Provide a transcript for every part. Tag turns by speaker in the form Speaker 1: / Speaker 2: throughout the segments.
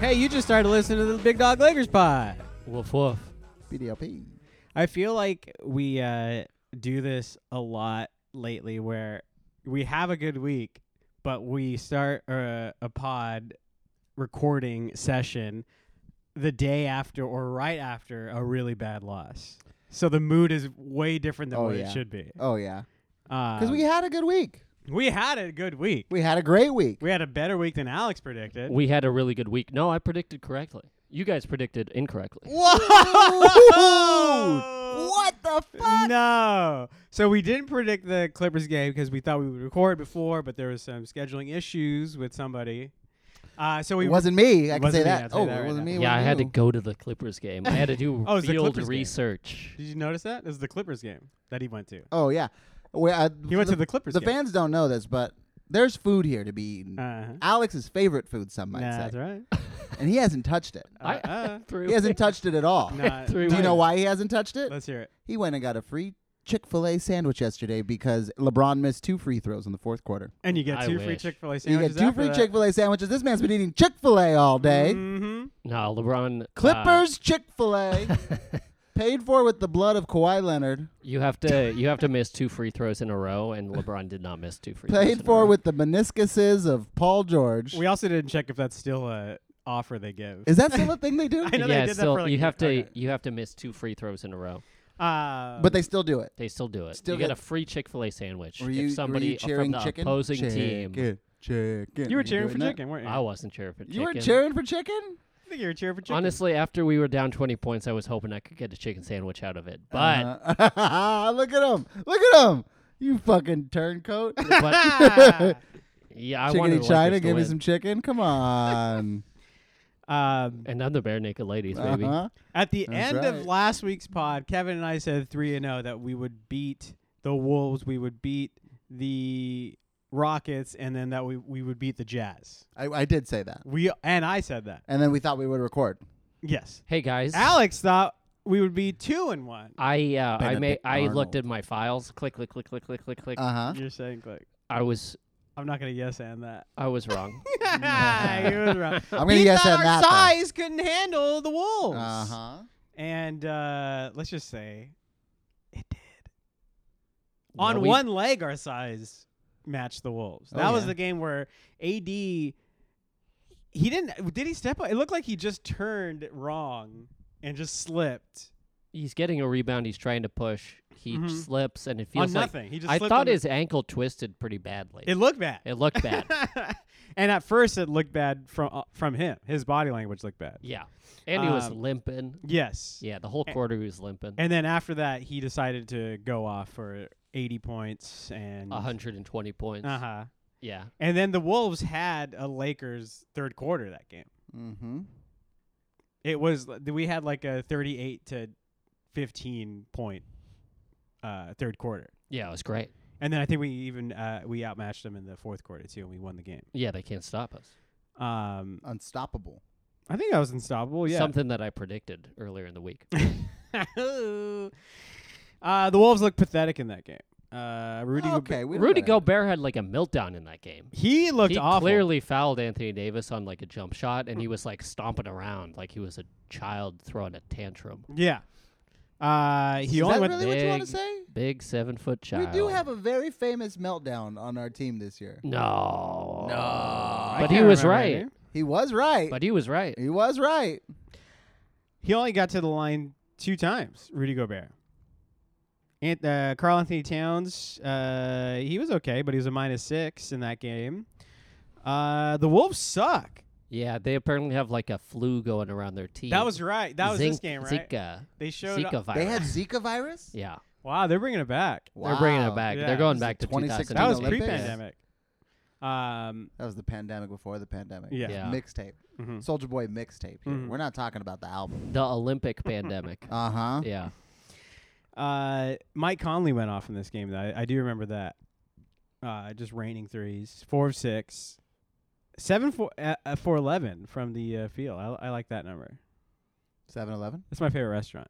Speaker 1: Hey, you just started listening to the Big Dog Lakers pod.
Speaker 2: Woof woof.
Speaker 3: BDLP.
Speaker 1: I feel like we uh, do this a lot lately where we have a good week, but we start uh, a pod recording session the day after or right after a really bad loss. So the mood is way different than
Speaker 3: Oh,
Speaker 1: what
Speaker 3: yeah.
Speaker 1: it should be.
Speaker 3: Oh yeah,
Speaker 1: Because
Speaker 3: because
Speaker 2: Um,
Speaker 3: we had a good week.
Speaker 1: we had a good week.
Speaker 3: We had a great week.
Speaker 1: We had a better week than Alex predicted.
Speaker 2: We had a really good week. No, I predicted correctly. You guys predicted incorrectly.
Speaker 1: Whoa!
Speaker 3: what the fuck?
Speaker 1: No. So we didn't predict the Clippers game because we thought we would record before, but there was some scheduling issues with somebody. Uh, so we
Speaker 3: it wasn't me. I can say
Speaker 1: Wasn't me,
Speaker 3: that.
Speaker 1: I'll say
Speaker 3: Oh,
Speaker 1: that right
Speaker 3: it wasn't
Speaker 1: now.
Speaker 3: me. it
Speaker 2: yeah, I
Speaker 3: wasn't
Speaker 2: had to
Speaker 3: you.
Speaker 2: go to the Clippers game. I had to do
Speaker 1: Oh, it was the
Speaker 2: field
Speaker 1: Clippers game.
Speaker 2: research.
Speaker 1: Did you notice that? It was the Clippers game that he went to.
Speaker 3: Oh yeah, we, I,
Speaker 1: He went to the Clippers
Speaker 3: The
Speaker 1: game.
Speaker 3: fans don't know this, but there's food here to be eaten.
Speaker 1: Uh-huh.
Speaker 3: Alex's favorite food, some might
Speaker 1: Nah,
Speaker 3: say,
Speaker 1: that's right.
Speaker 3: and he hasn't touched it.
Speaker 2: I
Speaker 1: Uh,
Speaker 2: threw
Speaker 3: He hasn't touched it at all.
Speaker 1: Nah,
Speaker 2: Three
Speaker 3: Do you
Speaker 1: nah.
Speaker 3: know why he hasn't touched it?
Speaker 1: Let's hear it.
Speaker 3: He went and got a free Chick Fil A sandwich yesterday because LeBron missed two free throws in the fourth quarter.
Speaker 1: And you get
Speaker 2: I
Speaker 1: two free
Speaker 2: wish.
Speaker 1: Chick Fil A
Speaker 3: You
Speaker 1: sandwiches.
Speaker 3: get two free Chick Fil A sandwiches. This man's been eating Chick Fil A all day.
Speaker 1: Mm-hmm.
Speaker 2: No, LeBron. uh,
Speaker 3: Clippers Chick Fil A, paid for with the blood of Kawhi Leonard.
Speaker 2: you have to you have to miss two free throws in a row, and LeBron did not miss two free. throws in
Speaker 3: Paid
Speaker 2: a
Speaker 3: for
Speaker 2: row.
Speaker 3: with the meniscuses of Paul George.
Speaker 1: We also didn't check if that's still a offer they give.
Speaker 3: Is that still a thing they do?
Speaker 1: I know they
Speaker 2: yeah,
Speaker 1: did that
Speaker 2: still
Speaker 1: for, like,
Speaker 2: you have to
Speaker 1: okay.
Speaker 2: you have to miss two free throws in a row.
Speaker 1: Uh,
Speaker 3: But they still do it.
Speaker 2: They still do it.
Speaker 3: Still
Speaker 2: you get
Speaker 3: get-
Speaker 2: a free Chick Fil A sandwich
Speaker 3: Were you, were
Speaker 2: if
Speaker 3: you
Speaker 2: somebody
Speaker 3: cheering
Speaker 2: from the
Speaker 3: chicken?
Speaker 2: opposing
Speaker 3: chicken,
Speaker 2: team.
Speaker 3: Chicken.
Speaker 1: you were cheering for
Speaker 3: doing that?
Speaker 1: chicken, weren't you?
Speaker 2: I wasn't cheering for
Speaker 3: You
Speaker 2: chicken.
Speaker 3: were cheering for chicken?
Speaker 1: I think you were cheering for chicken.
Speaker 2: Honestly, after we were down 20 points, I was hoping I could get a chicken sandwich out of it.
Speaker 1: Uh-huh.
Speaker 2: But
Speaker 3: Uh, look at him. Look at him. You fucking turncoat.
Speaker 2: but
Speaker 1: Ah.
Speaker 2: yeah, I wanted
Speaker 3: Chickeny
Speaker 2: the
Speaker 3: China,
Speaker 2: Lakers to
Speaker 3: give me
Speaker 2: win.
Speaker 3: some chicken. Come on.
Speaker 1: um,
Speaker 2: And I'm the bare naked ladies, baby.
Speaker 3: Uh-huh.
Speaker 1: At the
Speaker 3: That's
Speaker 1: end of
Speaker 3: right.
Speaker 1: last week's pod, Kevin and I said three and zero that we would beat the Wolves, we would beat the Rockets, and then that we we would beat the Jazz.
Speaker 3: I, I did say that.
Speaker 1: We and I said that.
Speaker 3: And then we thought we would record.
Speaker 1: Yes,
Speaker 2: Hey guys,
Speaker 1: Alex thought we would be two and one.
Speaker 2: I uh, I
Speaker 3: Benedict
Speaker 2: may I
Speaker 3: Arnold.
Speaker 2: looked at my files. Click click click click click click click.
Speaker 3: Uh huh.
Speaker 1: You're saying click.
Speaker 2: I was
Speaker 1: I'm not gonna yes and that.
Speaker 2: I was wrong.
Speaker 1: he was wrong.
Speaker 3: I'm going
Speaker 1: he
Speaker 3: to yes
Speaker 1: thought
Speaker 3: and
Speaker 1: our
Speaker 3: that.
Speaker 1: size couldn't handle the Wolves.
Speaker 3: Uh huh.
Speaker 1: And uh, let's just say it did.
Speaker 2: Yeah,
Speaker 1: on
Speaker 2: we-
Speaker 1: one leg our size matched the wolves
Speaker 3: Oh,
Speaker 1: that was
Speaker 3: yeah.
Speaker 1: the game where ad he didn't did he step up it looked like he just turned wrong and just slipped
Speaker 2: He's getting a rebound. He's trying to push. He
Speaker 1: Mhm.
Speaker 2: slips, and it
Speaker 1: on
Speaker 2: feels like
Speaker 1: nothing he just
Speaker 2: I
Speaker 1: slipped
Speaker 2: thought
Speaker 1: on the-
Speaker 2: his ankle twisted pretty badly.
Speaker 1: it looked bad
Speaker 2: It looked bad.
Speaker 1: and at first it looked bad from uh, from him his body language looked bad
Speaker 2: yeah, and he was
Speaker 1: Um,
Speaker 2: limping.
Speaker 1: yes
Speaker 2: Yeah, the whole
Speaker 1: and-
Speaker 2: quarter he was limping.
Speaker 1: and then after that he decided to go off for 80 points and
Speaker 2: 120 points.
Speaker 1: uh-huh
Speaker 2: Yeah,
Speaker 1: and then the wolves had a lakers third quarter that game
Speaker 3: Mm hmm.
Speaker 1: It was th- we had like a 38 to 15 point uh, third quarter,
Speaker 2: yeah, it was great.
Speaker 1: and then I think we even uh, we outmatched them in the fourth quarter too, and we won the game.
Speaker 2: Yeah, they can't stop us.
Speaker 1: Um,
Speaker 3: Unstoppable.
Speaker 1: I think I was unstoppable. Yeah.
Speaker 2: Something that I predicted earlier in the week.
Speaker 1: uh, the Wolves looked pathetic in that game. Uh, Rudy. Gobe-
Speaker 3: Oh, okay. we don't
Speaker 2: Rudy
Speaker 3: gotta-
Speaker 2: Gobert had like a meltdown in that game.
Speaker 1: He looked
Speaker 2: he
Speaker 1: awful. Mm.
Speaker 2: clearly fouled Anthony Davis on like a jump shot, and he was like stomping around like he was a child throwing a tantrum.
Speaker 1: Yeah. Uh, he
Speaker 3: Is
Speaker 1: only
Speaker 3: that
Speaker 1: went.
Speaker 3: really what you want to
Speaker 2: big.
Speaker 3: say?
Speaker 2: Big seven foot
Speaker 3: We
Speaker 2: child.
Speaker 3: do have a very famous meltdown on our team this year.
Speaker 2: no,
Speaker 1: I
Speaker 2: but he
Speaker 1: can't
Speaker 2: was
Speaker 1: remember
Speaker 2: right.
Speaker 1: any.
Speaker 3: He was right.
Speaker 2: Uh, But he was right.
Speaker 3: he was right.
Speaker 1: He only got to the line two times, Rudy Gobert. And uh, Carl Anthony Towns, uh, he was okay, but he was a minus six in that game. Uh, the Wolves suck.
Speaker 2: Yeah, they apparently have like a flu going around their team.
Speaker 1: That was right. That was this
Speaker 2: Zinc-
Speaker 1: game, right?
Speaker 2: Zika.
Speaker 1: They showed.
Speaker 2: Zika virus.
Speaker 3: They had Zika virus.
Speaker 2: yeah,
Speaker 1: wow, they're bringing it back.
Speaker 2: they're bringing it
Speaker 3: Wow.
Speaker 2: back.
Speaker 1: Yeah.
Speaker 2: They're going
Speaker 3: This is
Speaker 2: back to
Speaker 3: 2016
Speaker 1: That was
Speaker 3: Olympics.
Speaker 1: pre-pandemic. Um,
Speaker 3: That was the pandemic before the pandemic.
Speaker 1: Yeah.
Speaker 2: Yeah.
Speaker 3: Mixtape.
Speaker 1: mhm.
Speaker 3: Soldier Boy mixtape. Here.
Speaker 1: Mhm.
Speaker 3: We're not talking about the album.
Speaker 2: The Olympic pandemic.
Speaker 3: Uh huh.
Speaker 2: yeah,
Speaker 1: uh, Mike Conley went off in this game. Though. I, I do remember that. Uh, just raining threes, four of six, seven four uh, uh, for eleven from the uh, field. I, I like that number.
Speaker 3: 7 Eleven.
Speaker 1: That's my favorite restaurant.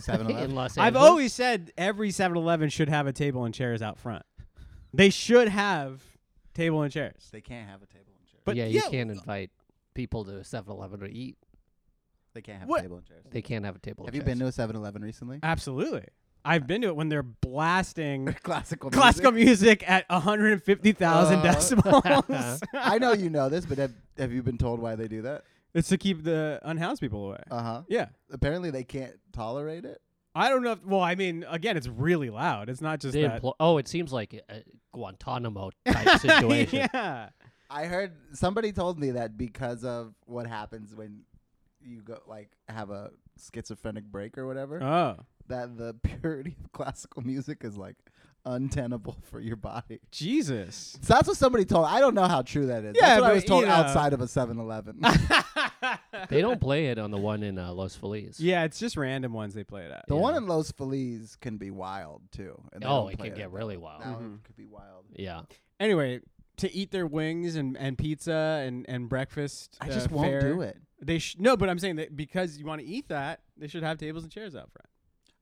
Speaker 3: 7
Speaker 2: in
Speaker 3: Eleven.
Speaker 2: Los Angeles.
Speaker 1: I've always said every 7-Eleven should have a table and chairs out front. They should have table and chairs.
Speaker 3: They can't have a table and chair.
Speaker 1: But
Speaker 2: yeah,
Speaker 1: yeah,
Speaker 2: you can't invite people to 7-Eleven to eat.
Speaker 3: They can't have
Speaker 1: What?
Speaker 3: a table and chairs.
Speaker 2: They can't have a table.
Speaker 3: Have you been to a 7-Eleven recently?
Speaker 1: Absolutely. I've been to it when they're blasting
Speaker 3: classical music.
Speaker 1: classical music at 150,000
Speaker 3: Uh,
Speaker 1: decibels.
Speaker 3: I know you know this, but have, have you been told why they do that?
Speaker 1: it's to keep the unhoused people away.
Speaker 3: Uh huh.
Speaker 1: yeah.
Speaker 3: Apparently, they can't tolerate it.
Speaker 1: I don't know. If, well, I mean, again, it's really loud. It's not just
Speaker 2: They
Speaker 1: that.
Speaker 2: emplo- oh, it seems like a Guantanamo type situation.
Speaker 1: yeah.
Speaker 3: I heard somebody told me that because of what happens when you go like have a schizophrenic break or whatever,
Speaker 1: Oh,
Speaker 3: that the purity of classical music is like untenable for your body.
Speaker 1: Jesus.
Speaker 3: So that's what somebody told. I don't know how true that is.
Speaker 1: Yeah,
Speaker 3: that's what
Speaker 1: but,
Speaker 3: I was told
Speaker 1: you know.
Speaker 3: outside of a 7-Eleven.
Speaker 2: They don't play it on the one in uh, Los Feliz.
Speaker 1: yeah, it's just random ones they play it at.
Speaker 3: the
Speaker 2: Yeah.
Speaker 3: one in Los Feliz can be wild too. and they
Speaker 2: Oh,
Speaker 3: don't
Speaker 2: it
Speaker 3: play
Speaker 2: can get
Speaker 3: at
Speaker 2: really
Speaker 3: that
Speaker 2: wild.
Speaker 3: one. That one
Speaker 1: Mhm.
Speaker 3: could be wild.
Speaker 2: Yeah.
Speaker 1: Anyway, to eat their wings and, and pizza and, and breakfast. uh,
Speaker 3: I just won't do it.
Speaker 1: They sh- no, but I'm saying that because you want to eat that, they should have tables and chairs out front.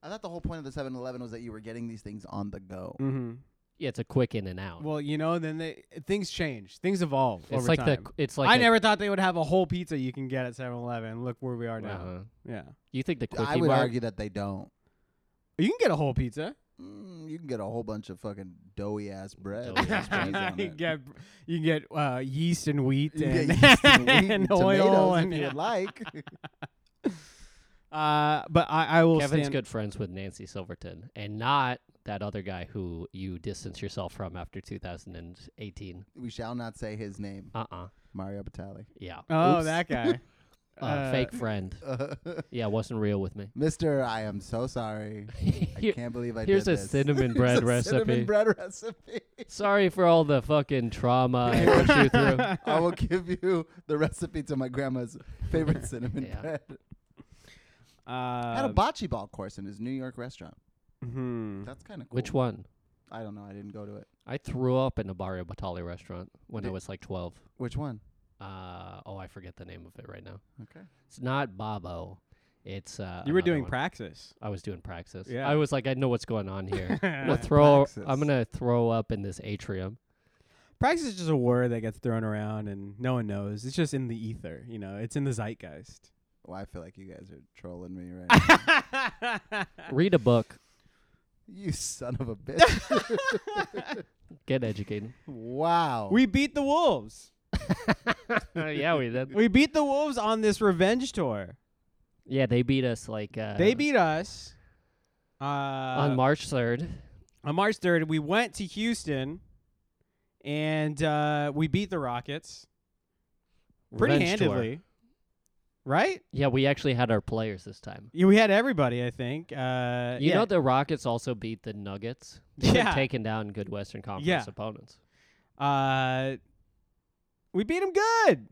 Speaker 3: I thought the whole point of the 7-Eleven was that you were getting these things on the go.
Speaker 1: Mm-hmm.
Speaker 2: Yeah, it's a quick in and out.
Speaker 1: Well, you know, then they things change, things evolve.
Speaker 2: it's
Speaker 1: over
Speaker 2: like
Speaker 1: time.
Speaker 2: the it's like
Speaker 1: I
Speaker 2: a-
Speaker 1: never thought they would have a whole pizza you can get at 7-Eleven. Look where we are now.
Speaker 2: Uh-huh.
Speaker 1: Yeah,
Speaker 2: You think the
Speaker 3: I
Speaker 2: quickie
Speaker 3: would
Speaker 2: bar?
Speaker 3: argue that they don't.
Speaker 1: you can get a whole pizza.
Speaker 3: Mm, you can get a whole bunch of fucking doughy ass bread.
Speaker 2: Doughy
Speaker 3: with
Speaker 2: ass
Speaker 1: you
Speaker 2: There's bread.
Speaker 3: cheese
Speaker 1: can
Speaker 3: on it.
Speaker 1: get you can get uh, yeast and wheat
Speaker 3: Yeah,
Speaker 1: and,
Speaker 3: yeast and wheat and
Speaker 1: and
Speaker 3: tomatoes
Speaker 1: oil
Speaker 3: if
Speaker 1: and
Speaker 3: you would like.
Speaker 1: Uh, but I, I will
Speaker 2: Kevin's
Speaker 1: stand.
Speaker 2: good friends with Nancy Silverton, and not that other guy who you distance yourself from after 2018.
Speaker 3: we shall not say his name,
Speaker 2: Uh uh
Speaker 3: Mario Batali.
Speaker 2: Yeah.
Speaker 1: Oh,
Speaker 2: Oops.
Speaker 1: that guy.
Speaker 2: Uh, fake friend. Yeah, wasn't real with me.
Speaker 3: Mister, I am so sorry. I
Speaker 2: Here-
Speaker 3: can't believe I
Speaker 2: here's
Speaker 3: did
Speaker 2: a
Speaker 3: this.
Speaker 2: cinnamon
Speaker 3: Here's
Speaker 2: bread
Speaker 3: a
Speaker 2: recipe.
Speaker 3: Cinnamon bread recipe.
Speaker 2: Sorry for all the fucking trauma I put you through.
Speaker 3: I will give you the recipe to my grandma's favorite cinnamon
Speaker 2: Yeah.
Speaker 3: bread. Had a
Speaker 1: Uh,
Speaker 3: bocce ball course in his New York restaurant.
Speaker 1: hmm.
Speaker 3: That's kind of cool.
Speaker 2: Which one?
Speaker 3: I don't know. I didn't go to it.
Speaker 2: I threw up in a Barrio Batali restaurant when I
Speaker 3: Did-
Speaker 2: was like 12.
Speaker 3: Which one?
Speaker 2: Uh, oh, I forget the name of it right now.
Speaker 3: Okay.
Speaker 2: It's not Babo. It's uh,
Speaker 1: You were
Speaker 2: another
Speaker 1: doing
Speaker 2: one.
Speaker 1: praxis.
Speaker 2: I was doing praxis.
Speaker 1: Yeah.
Speaker 2: I was like, I know what's going on here. I'm gonna
Speaker 1: praxis
Speaker 2: throw.
Speaker 3: Praxis.
Speaker 2: I'm gonna throw up in this atrium.
Speaker 1: is just a word that gets thrown around and no one knows. It's just in the ether, you know. It's in the zeitgeist.
Speaker 3: Well, I feel like you guys are trolling me right now.
Speaker 2: Read a book.
Speaker 3: you son of a bitch.
Speaker 2: Get educated.
Speaker 3: Wow.
Speaker 1: we beat the wolves.
Speaker 2: yeah, we did.
Speaker 1: Uh, We beat the wolves on this revenge tour.
Speaker 2: Yeah, they beat us like. Uh,
Speaker 1: they beat us uh,
Speaker 2: on March third.
Speaker 1: on March 3rd. We went to Houston and uh, we beat the Rockets pretty
Speaker 2: Revenge tour.
Speaker 1: handedly. Right?
Speaker 2: Yeah, we actually had our players this time.
Speaker 1: Yeah, we had everybody, I think. Uh,
Speaker 2: You
Speaker 1: yeah.
Speaker 2: know the Rockets also beat the Nuggets. They've
Speaker 1: Yeah.
Speaker 2: taken down good Western Conference
Speaker 1: Yeah.
Speaker 2: opponents.
Speaker 1: uh, we beat them good.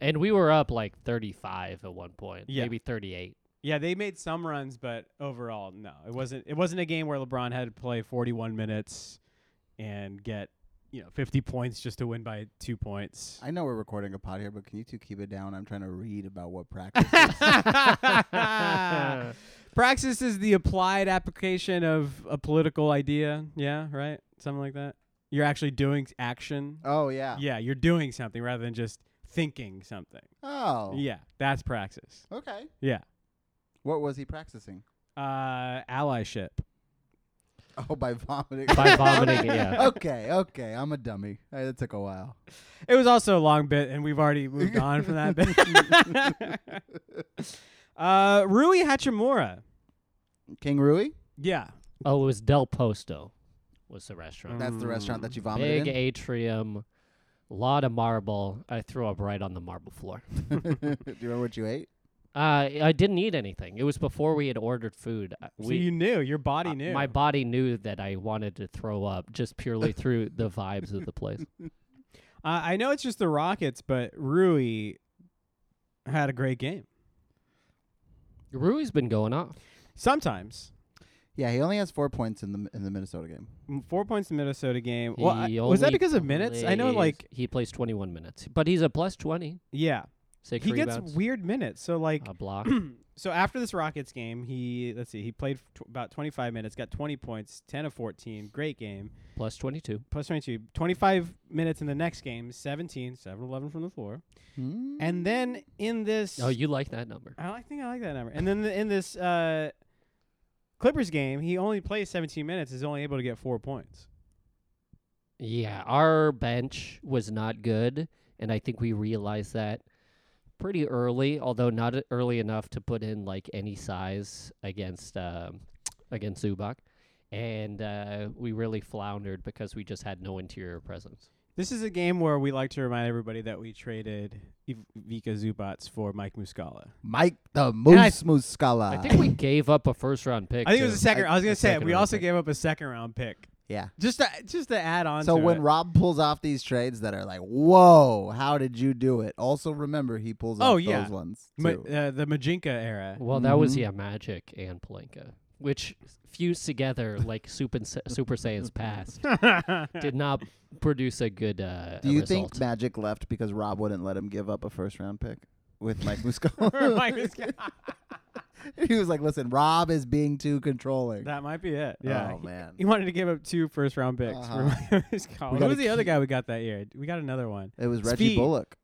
Speaker 2: And we were up like 35 at one point,
Speaker 1: Yeah.
Speaker 2: maybe 38.
Speaker 1: Yeah, they made some runs, but overall, no. It wasn't. It wasn't a game where LeBron had to play 41 minutes and get you know 50 points just to win by two points.
Speaker 3: I know we're recording a pod here, but can you two keep it down? I'm trying to read about what practice.
Speaker 1: Praxis is the applied application of a political idea. Yeah, right. Something like that. You're actually doing action.
Speaker 3: oh yeah.
Speaker 1: Yeah, you're doing something rather than just thinking something.
Speaker 3: Oh.
Speaker 1: Yeah, that's praxis.
Speaker 3: Okay.
Speaker 1: Yeah.
Speaker 3: What was he practicing?
Speaker 1: Uh, allyship.
Speaker 3: Oh, by vomiting.
Speaker 2: By vomiting, yeah.
Speaker 3: okay. Okay. I'm a dummy. Uh, That took a while.
Speaker 1: It was also a long bit, and we've already moved on from that bit. uh, Rui Hachimura.
Speaker 3: King Rui.
Speaker 1: Yeah.
Speaker 2: Oh, it was Del Posto, was the restaurant.
Speaker 3: That's the restaurant that you vomited
Speaker 2: Mm, Big atrium, lot of marble. I threw up right on the marble floor.
Speaker 3: in. Do you remember what you ate?
Speaker 2: Uh, I didn't eat anything. It was before we had ordered food. Uh,
Speaker 1: So
Speaker 2: we,
Speaker 1: you knew. Your body
Speaker 2: uh,
Speaker 1: knew.
Speaker 2: My body knew that I wanted to throw up just purely through the vibes of the place.
Speaker 1: uh, I know it's just the Rockets, but Rui had a great game.
Speaker 2: Rui's been going off.
Speaker 1: Sometimes.
Speaker 3: Yeah, he only has four points in the in the Minnesota game.
Speaker 1: M- Four points in the Minnesota game. Well, I-
Speaker 2: He
Speaker 1: was that
Speaker 2: only
Speaker 1: because of minutes? I know,
Speaker 2: plays-
Speaker 1: like,
Speaker 2: he plays 21 minutes, but he's a plus 20.
Speaker 1: yeah.
Speaker 2: Six
Speaker 1: he
Speaker 2: rebounds,
Speaker 1: gets weird minutes. So like,
Speaker 2: a block.
Speaker 1: so after this Rockets game, he let's see, he played f- tw- about 25 minutes, got 20 points, 10 of 14, great game.
Speaker 2: plus 22.
Speaker 1: Plus 22, 25 minutes in the next game, 17, 7 11 from the floor.
Speaker 2: Hmm.
Speaker 1: And then in this
Speaker 2: Oh, you like that number.
Speaker 1: I like- think I like that number. And then in this uh, Clippers game, he only plays 17 minutes, is only able to get 4 points.
Speaker 2: Yeah, our bench was not good, and I think we realized that pretty early, although not e- early enough to put in like any size against um, against Zubac. And uh, we really floundered because we just had no interior presence.
Speaker 1: This is a game where we like to remind everybody that we traded Iv- Vika Zubats for Mike Muscala.
Speaker 3: Mike the
Speaker 1: I-
Speaker 3: Moose Moose Scala.
Speaker 2: I think we gave up a first round pick.
Speaker 1: I think it was a
Speaker 2: too.
Speaker 1: second. I, was
Speaker 2: a
Speaker 1: gonna say
Speaker 2: second
Speaker 1: we
Speaker 2: round
Speaker 1: also
Speaker 2: pick.
Speaker 1: gave up a second round pick
Speaker 3: yeah.
Speaker 1: just to just to add on.
Speaker 3: So
Speaker 1: to
Speaker 3: when
Speaker 1: it.
Speaker 3: Rob pulls off these trades that are like, whoa, how did you do it? Also remember he pulls off
Speaker 1: Oh, yeah.
Speaker 3: those ones
Speaker 1: Ma-
Speaker 3: too.
Speaker 1: uh, the Majinka era,
Speaker 2: Well, that was
Speaker 1: mm-hmm.
Speaker 3: Mhm.
Speaker 2: yeah, Magic and Palenka, which fused together like Super Sa- Super Saiyan's past, did not produce a good uh,
Speaker 3: do you
Speaker 2: result.
Speaker 3: think Magic left because Rob wouldn't let him give up a first round pick with Mike
Speaker 1: Or
Speaker 3: Muscala?
Speaker 1: Mike Muscala.
Speaker 3: he was like, listen, Rob is being too controlling.
Speaker 1: that might be it. Yeah,
Speaker 3: Oh man.
Speaker 1: he wanted to give up two first round picks for
Speaker 3: Uh-huh.
Speaker 1: Mike Muscala.
Speaker 3: We
Speaker 1: Who
Speaker 3: gotta
Speaker 1: was the other
Speaker 3: keep-
Speaker 1: guy we got that year? We got another one.
Speaker 3: It was Reggie
Speaker 1: Speed.
Speaker 3: Bullock.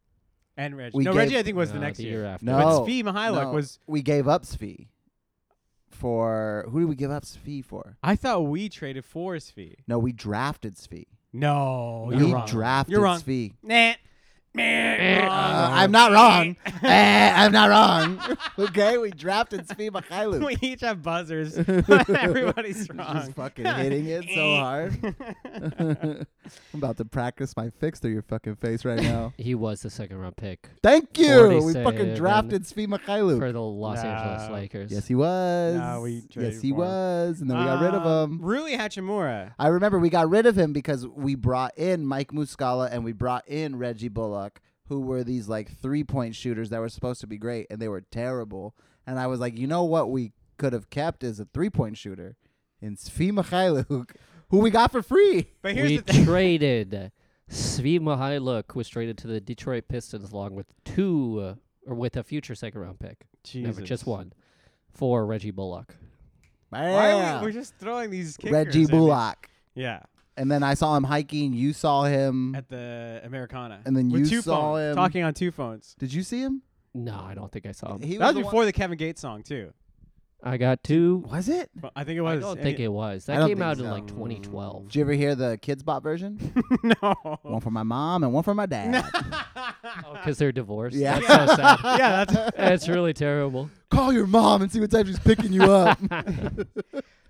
Speaker 1: And Reggie.
Speaker 3: We
Speaker 1: no,
Speaker 3: gave-
Speaker 1: Reggie I think was the
Speaker 2: No,
Speaker 1: next year.
Speaker 2: Uh, after.
Speaker 3: No.
Speaker 1: But Svi Mihailuk
Speaker 3: No,
Speaker 1: was.
Speaker 3: we gave up Svi for who did we give up Svi for?
Speaker 1: I thought we traded for Svi.
Speaker 3: No, we drafted Svi.
Speaker 1: No,
Speaker 3: we
Speaker 1: Oh, you're wrong.
Speaker 3: drafted
Speaker 1: You're wrong.
Speaker 3: Svi.
Speaker 1: Nah.
Speaker 2: Uh,
Speaker 3: Uh, I'm not wrong. Eh, I'm not wrong. okay, we drafted Svi Mikhailu.
Speaker 1: we each have buzzers. Everybody's wrong.
Speaker 3: Just fucking hitting it so hard. I'm about to practice my fix through your fucking face right now.
Speaker 2: He was the second round pick
Speaker 3: Thank you. We
Speaker 2: 47.
Speaker 3: fucking drafted Svi Mikhailu.
Speaker 2: for the Los Angeles
Speaker 1: No.
Speaker 2: Lakers.
Speaker 3: Yes, he was.
Speaker 1: No, we
Speaker 3: yes,
Speaker 1: traded
Speaker 3: he
Speaker 1: for him.
Speaker 3: was. And then we got rid of
Speaker 1: Um,
Speaker 3: him.
Speaker 1: Rui Hachimura.
Speaker 3: I remember we got rid of him because we brought in Mike Muscala and we brought in Reggie Bullock, who were these like three point shooters that were supposed to be great and they were terrible. And I was like, you know what we could have kept is a three point shooter in Svi Mikhailuk, who we got for free.
Speaker 1: But here's
Speaker 2: we
Speaker 1: the thing.
Speaker 2: traded. Svi Mihailuk was traded to the Detroit Pistons along with two uh, or with a future second round pick. Never just one for Reggie Bullock.
Speaker 1: Why
Speaker 3: Yeah.
Speaker 1: are we, we're just throwing these kickers
Speaker 3: Reggie
Speaker 1: at me.
Speaker 3: Bullock.
Speaker 1: Yeah,
Speaker 3: And then I saw him hiking. You saw him.
Speaker 1: at the Americana.
Speaker 3: And then
Speaker 1: With
Speaker 3: you
Speaker 1: two
Speaker 3: saw
Speaker 1: phones,
Speaker 3: him-
Speaker 1: talking on two phones.
Speaker 3: Did you see him?
Speaker 2: No, I don't think I saw him.
Speaker 3: He
Speaker 1: that was
Speaker 3: the
Speaker 1: before the Kevin Gates song too.
Speaker 2: I got two.
Speaker 3: One, was it?
Speaker 1: But I think it
Speaker 2: I
Speaker 1: was.
Speaker 2: don't
Speaker 1: and
Speaker 2: think it was.
Speaker 3: I
Speaker 2: That
Speaker 3: don't
Speaker 2: came
Speaker 3: think
Speaker 2: out in
Speaker 3: so.
Speaker 2: like 2012.
Speaker 3: Did you ever hear the Kids Bop version?
Speaker 1: no.
Speaker 3: one for my mom and one for my dad.
Speaker 2: Because Oh, they're divorced.
Speaker 3: Yeah.
Speaker 2: That's so sad.
Speaker 1: yeah, that's
Speaker 2: That's really terrible.
Speaker 3: Call your mom and see what time she's picking you up.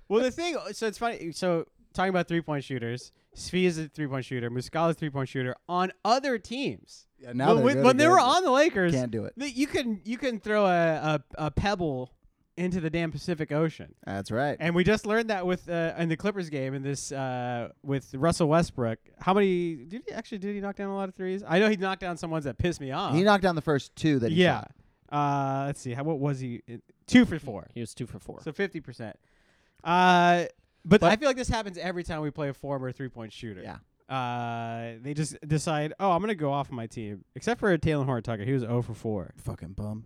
Speaker 1: Well, the thing, so it's funny. So talking about three point shooters, Svi is a three point shooter. Muscala's three point shooter on other teams.
Speaker 3: Yeah, now
Speaker 1: when,
Speaker 3: they're
Speaker 1: when-
Speaker 3: really
Speaker 1: when they were
Speaker 3: good.
Speaker 1: on the Lakers,
Speaker 3: Can't do it.
Speaker 1: th- you can you can throw a, a, a pebble into the damn Pacific Ocean.
Speaker 3: That's right.
Speaker 1: And we just learned that with uh, in the Clippers game in this uh, with Russell Westbrook. How many did he actually did he knock down a lot of threes? I know he knocked down some ones that pissed me off.
Speaker 3: he knocked down the first two that
Speaker 1: uh,
Speaker 3: he
Speaker 1: yeah.
Speaker 3: shot.
Speaker 1: Uh, let's see. How what was he? Uh, Two for four.
Speaker 2: He was two for four.
Speaker 1: So fifty percent. Uh, but,
Speaker 3: But-
Speaker 1: I feel like this happens every time we play a former three-point shooter.
Speaker 3: Yeah.
Speaker 1: Uh, they just decide, oh, I'm gonna go off my team. Except for Taylor Horton Tucker, he was 0 for 4.
Speaker 3: Fucking bum.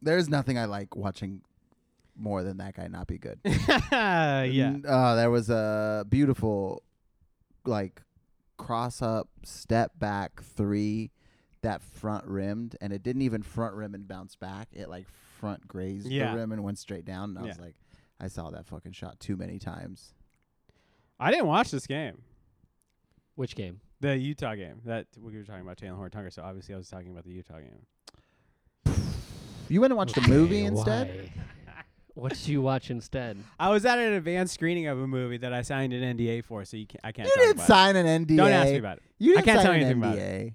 Speaker 3: There's nothing I like watching more than that guy not be good.
Speaker 1: yeah.
Speaker 3: N- Uh, there was a beautiful, like, cross up, step back three that front rimmed, and it didn't even front rim and bounce back. It, like, front grazed
Speaker 1: Yeah.
Speaker 3: the rim and went straight down. And I was
Speaker 1: Yeah.
Speaker 3: like, I saw that fucking shot too many times.
Speaker 1: I didn't watch this game,
Speaker 2: Which game?
Speaker 1: the Utah game that we were talking about Taylor Horton Tucker. So obviously, I was talking about the Utah game.
Speaker 3: You went and watched
Speaker 2: Okay,
Speaker 3: the movie instead?
Speaker 2: why? What did you watch instead?
Speaker 1: I was at an advanced screening of a movie that I signed an NDA for, so you can, I can't.
Speaker 3: You
Speaker 1: talk
Speaker 3: didn't
Speaker 1: about
Speaker 3: sign an NDA.
Speaker 1: It. Don't ask me about it.
Speaker 3: You
Speaker 1: I
Speaker 3: didn't
Speaker 1: can't
Speaker 3: sign
Speaker 1: tell
Speaker 3: an
Speaker 1: you anything
Speaker 3: NDA.
Speaker 1: about it.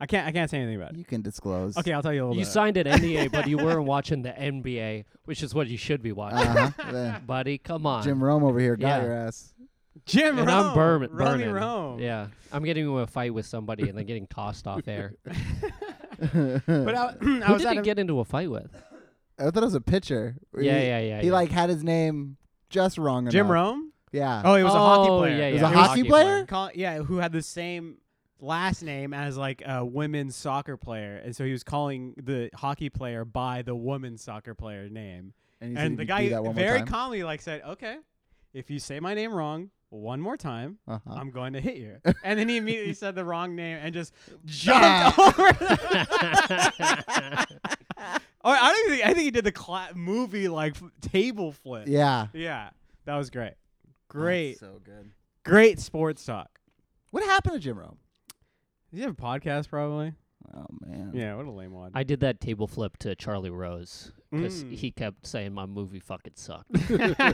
Speaker 1: I can't. I can't say anything about it.
Speaker 3: You can disclose.
Speaker 1: Okay, I'll tell you a little
Speaker 2: You
Speaker 1: bit.
Speaker 2: signed an NDA, but you weren't watching the NBA, which is what you should be watching.
Speaker 3: Uh-huh. Uh,
Speaker 2: Buddy, come on.
Speaker 3: Jim Rome over here got
Speaker 2: Yeah.
Speaker 3: your ass.
Speaker 1: Jim
Speaker 2: and
Speaker 1: Rome,
Speaker 2: I'm burn-
Speaker 1: Romy
Speaker 2: burning.
Speaker 1: Rome.
Speaker 2: Yeah. I'm getting into a fight with somebody and then getting tossed off air.
Speaker 1: But I, I
Speaker 2: Who
Speaker 1: was
Speaker 2: did
Speaker 1: at
Speaker 2: he
Speaker 1: a-
Speaker 2: get into a fight with?
Speaker 3: I thought it was a pitcher. where
Speaker 2: Yeah,
Speaker 3: he-
Speaker 2: yeah, yeah.
Speaker 3: He
Speaker 2: yeah.
Speaker 3: like had his name just wrong.
Speaker 1: Jim
Speaker 3: enough.
Speaker 1: Rome.
Speaker 3: Yeah.
Speaker 1: Oh, he was a hockey
Speaker 2: Oh,
Speaker 1: player.
Speaker 2: Yeah, yeah.
Speaker 3: was a
Speaker 2: he
Speaker 3: hockey player?
Speaker 1: Col- yeah, who had the same last name as like a women's soccer player, and so he was calling the hockey player by the woman's soccer player name.
Speaker 3: And, you think
Speaker 1: And
Speaker 3: you
Speaker 1: the
Speaker 3: could
Speaker 1: guy
Speaker 3: do that one more
Speaker 1: very
Speaker 3: time?
Speaker 1: calmly like said, "Okay, if you say my name wrong one more time,
Speaker 3: Uh-huh.
Speaker 1: I'm going to hit you." and then he immediately said the wrong name and just jumped over. the- or I don't think I think he did the cla- movie like f- table flip.
Speaker 3: yeah.
Speaker 1: Yeah, that was great. Great,
Speaker 3: so good.
Speaker 1: great sports talk.
Speaker 3: What happened to Jim Rome?
Speaker 1: Did you have a podcast probably?
Speaker 3: Oh man.
Speaker 1: Yeah, what a lame one.
Speaker 2: I did that table flip to Charlie Rose because
Speaker 1: Mm.
Speaker 2: he kept saying my movie fucking sucked.
Speaker 1: uh, yeah,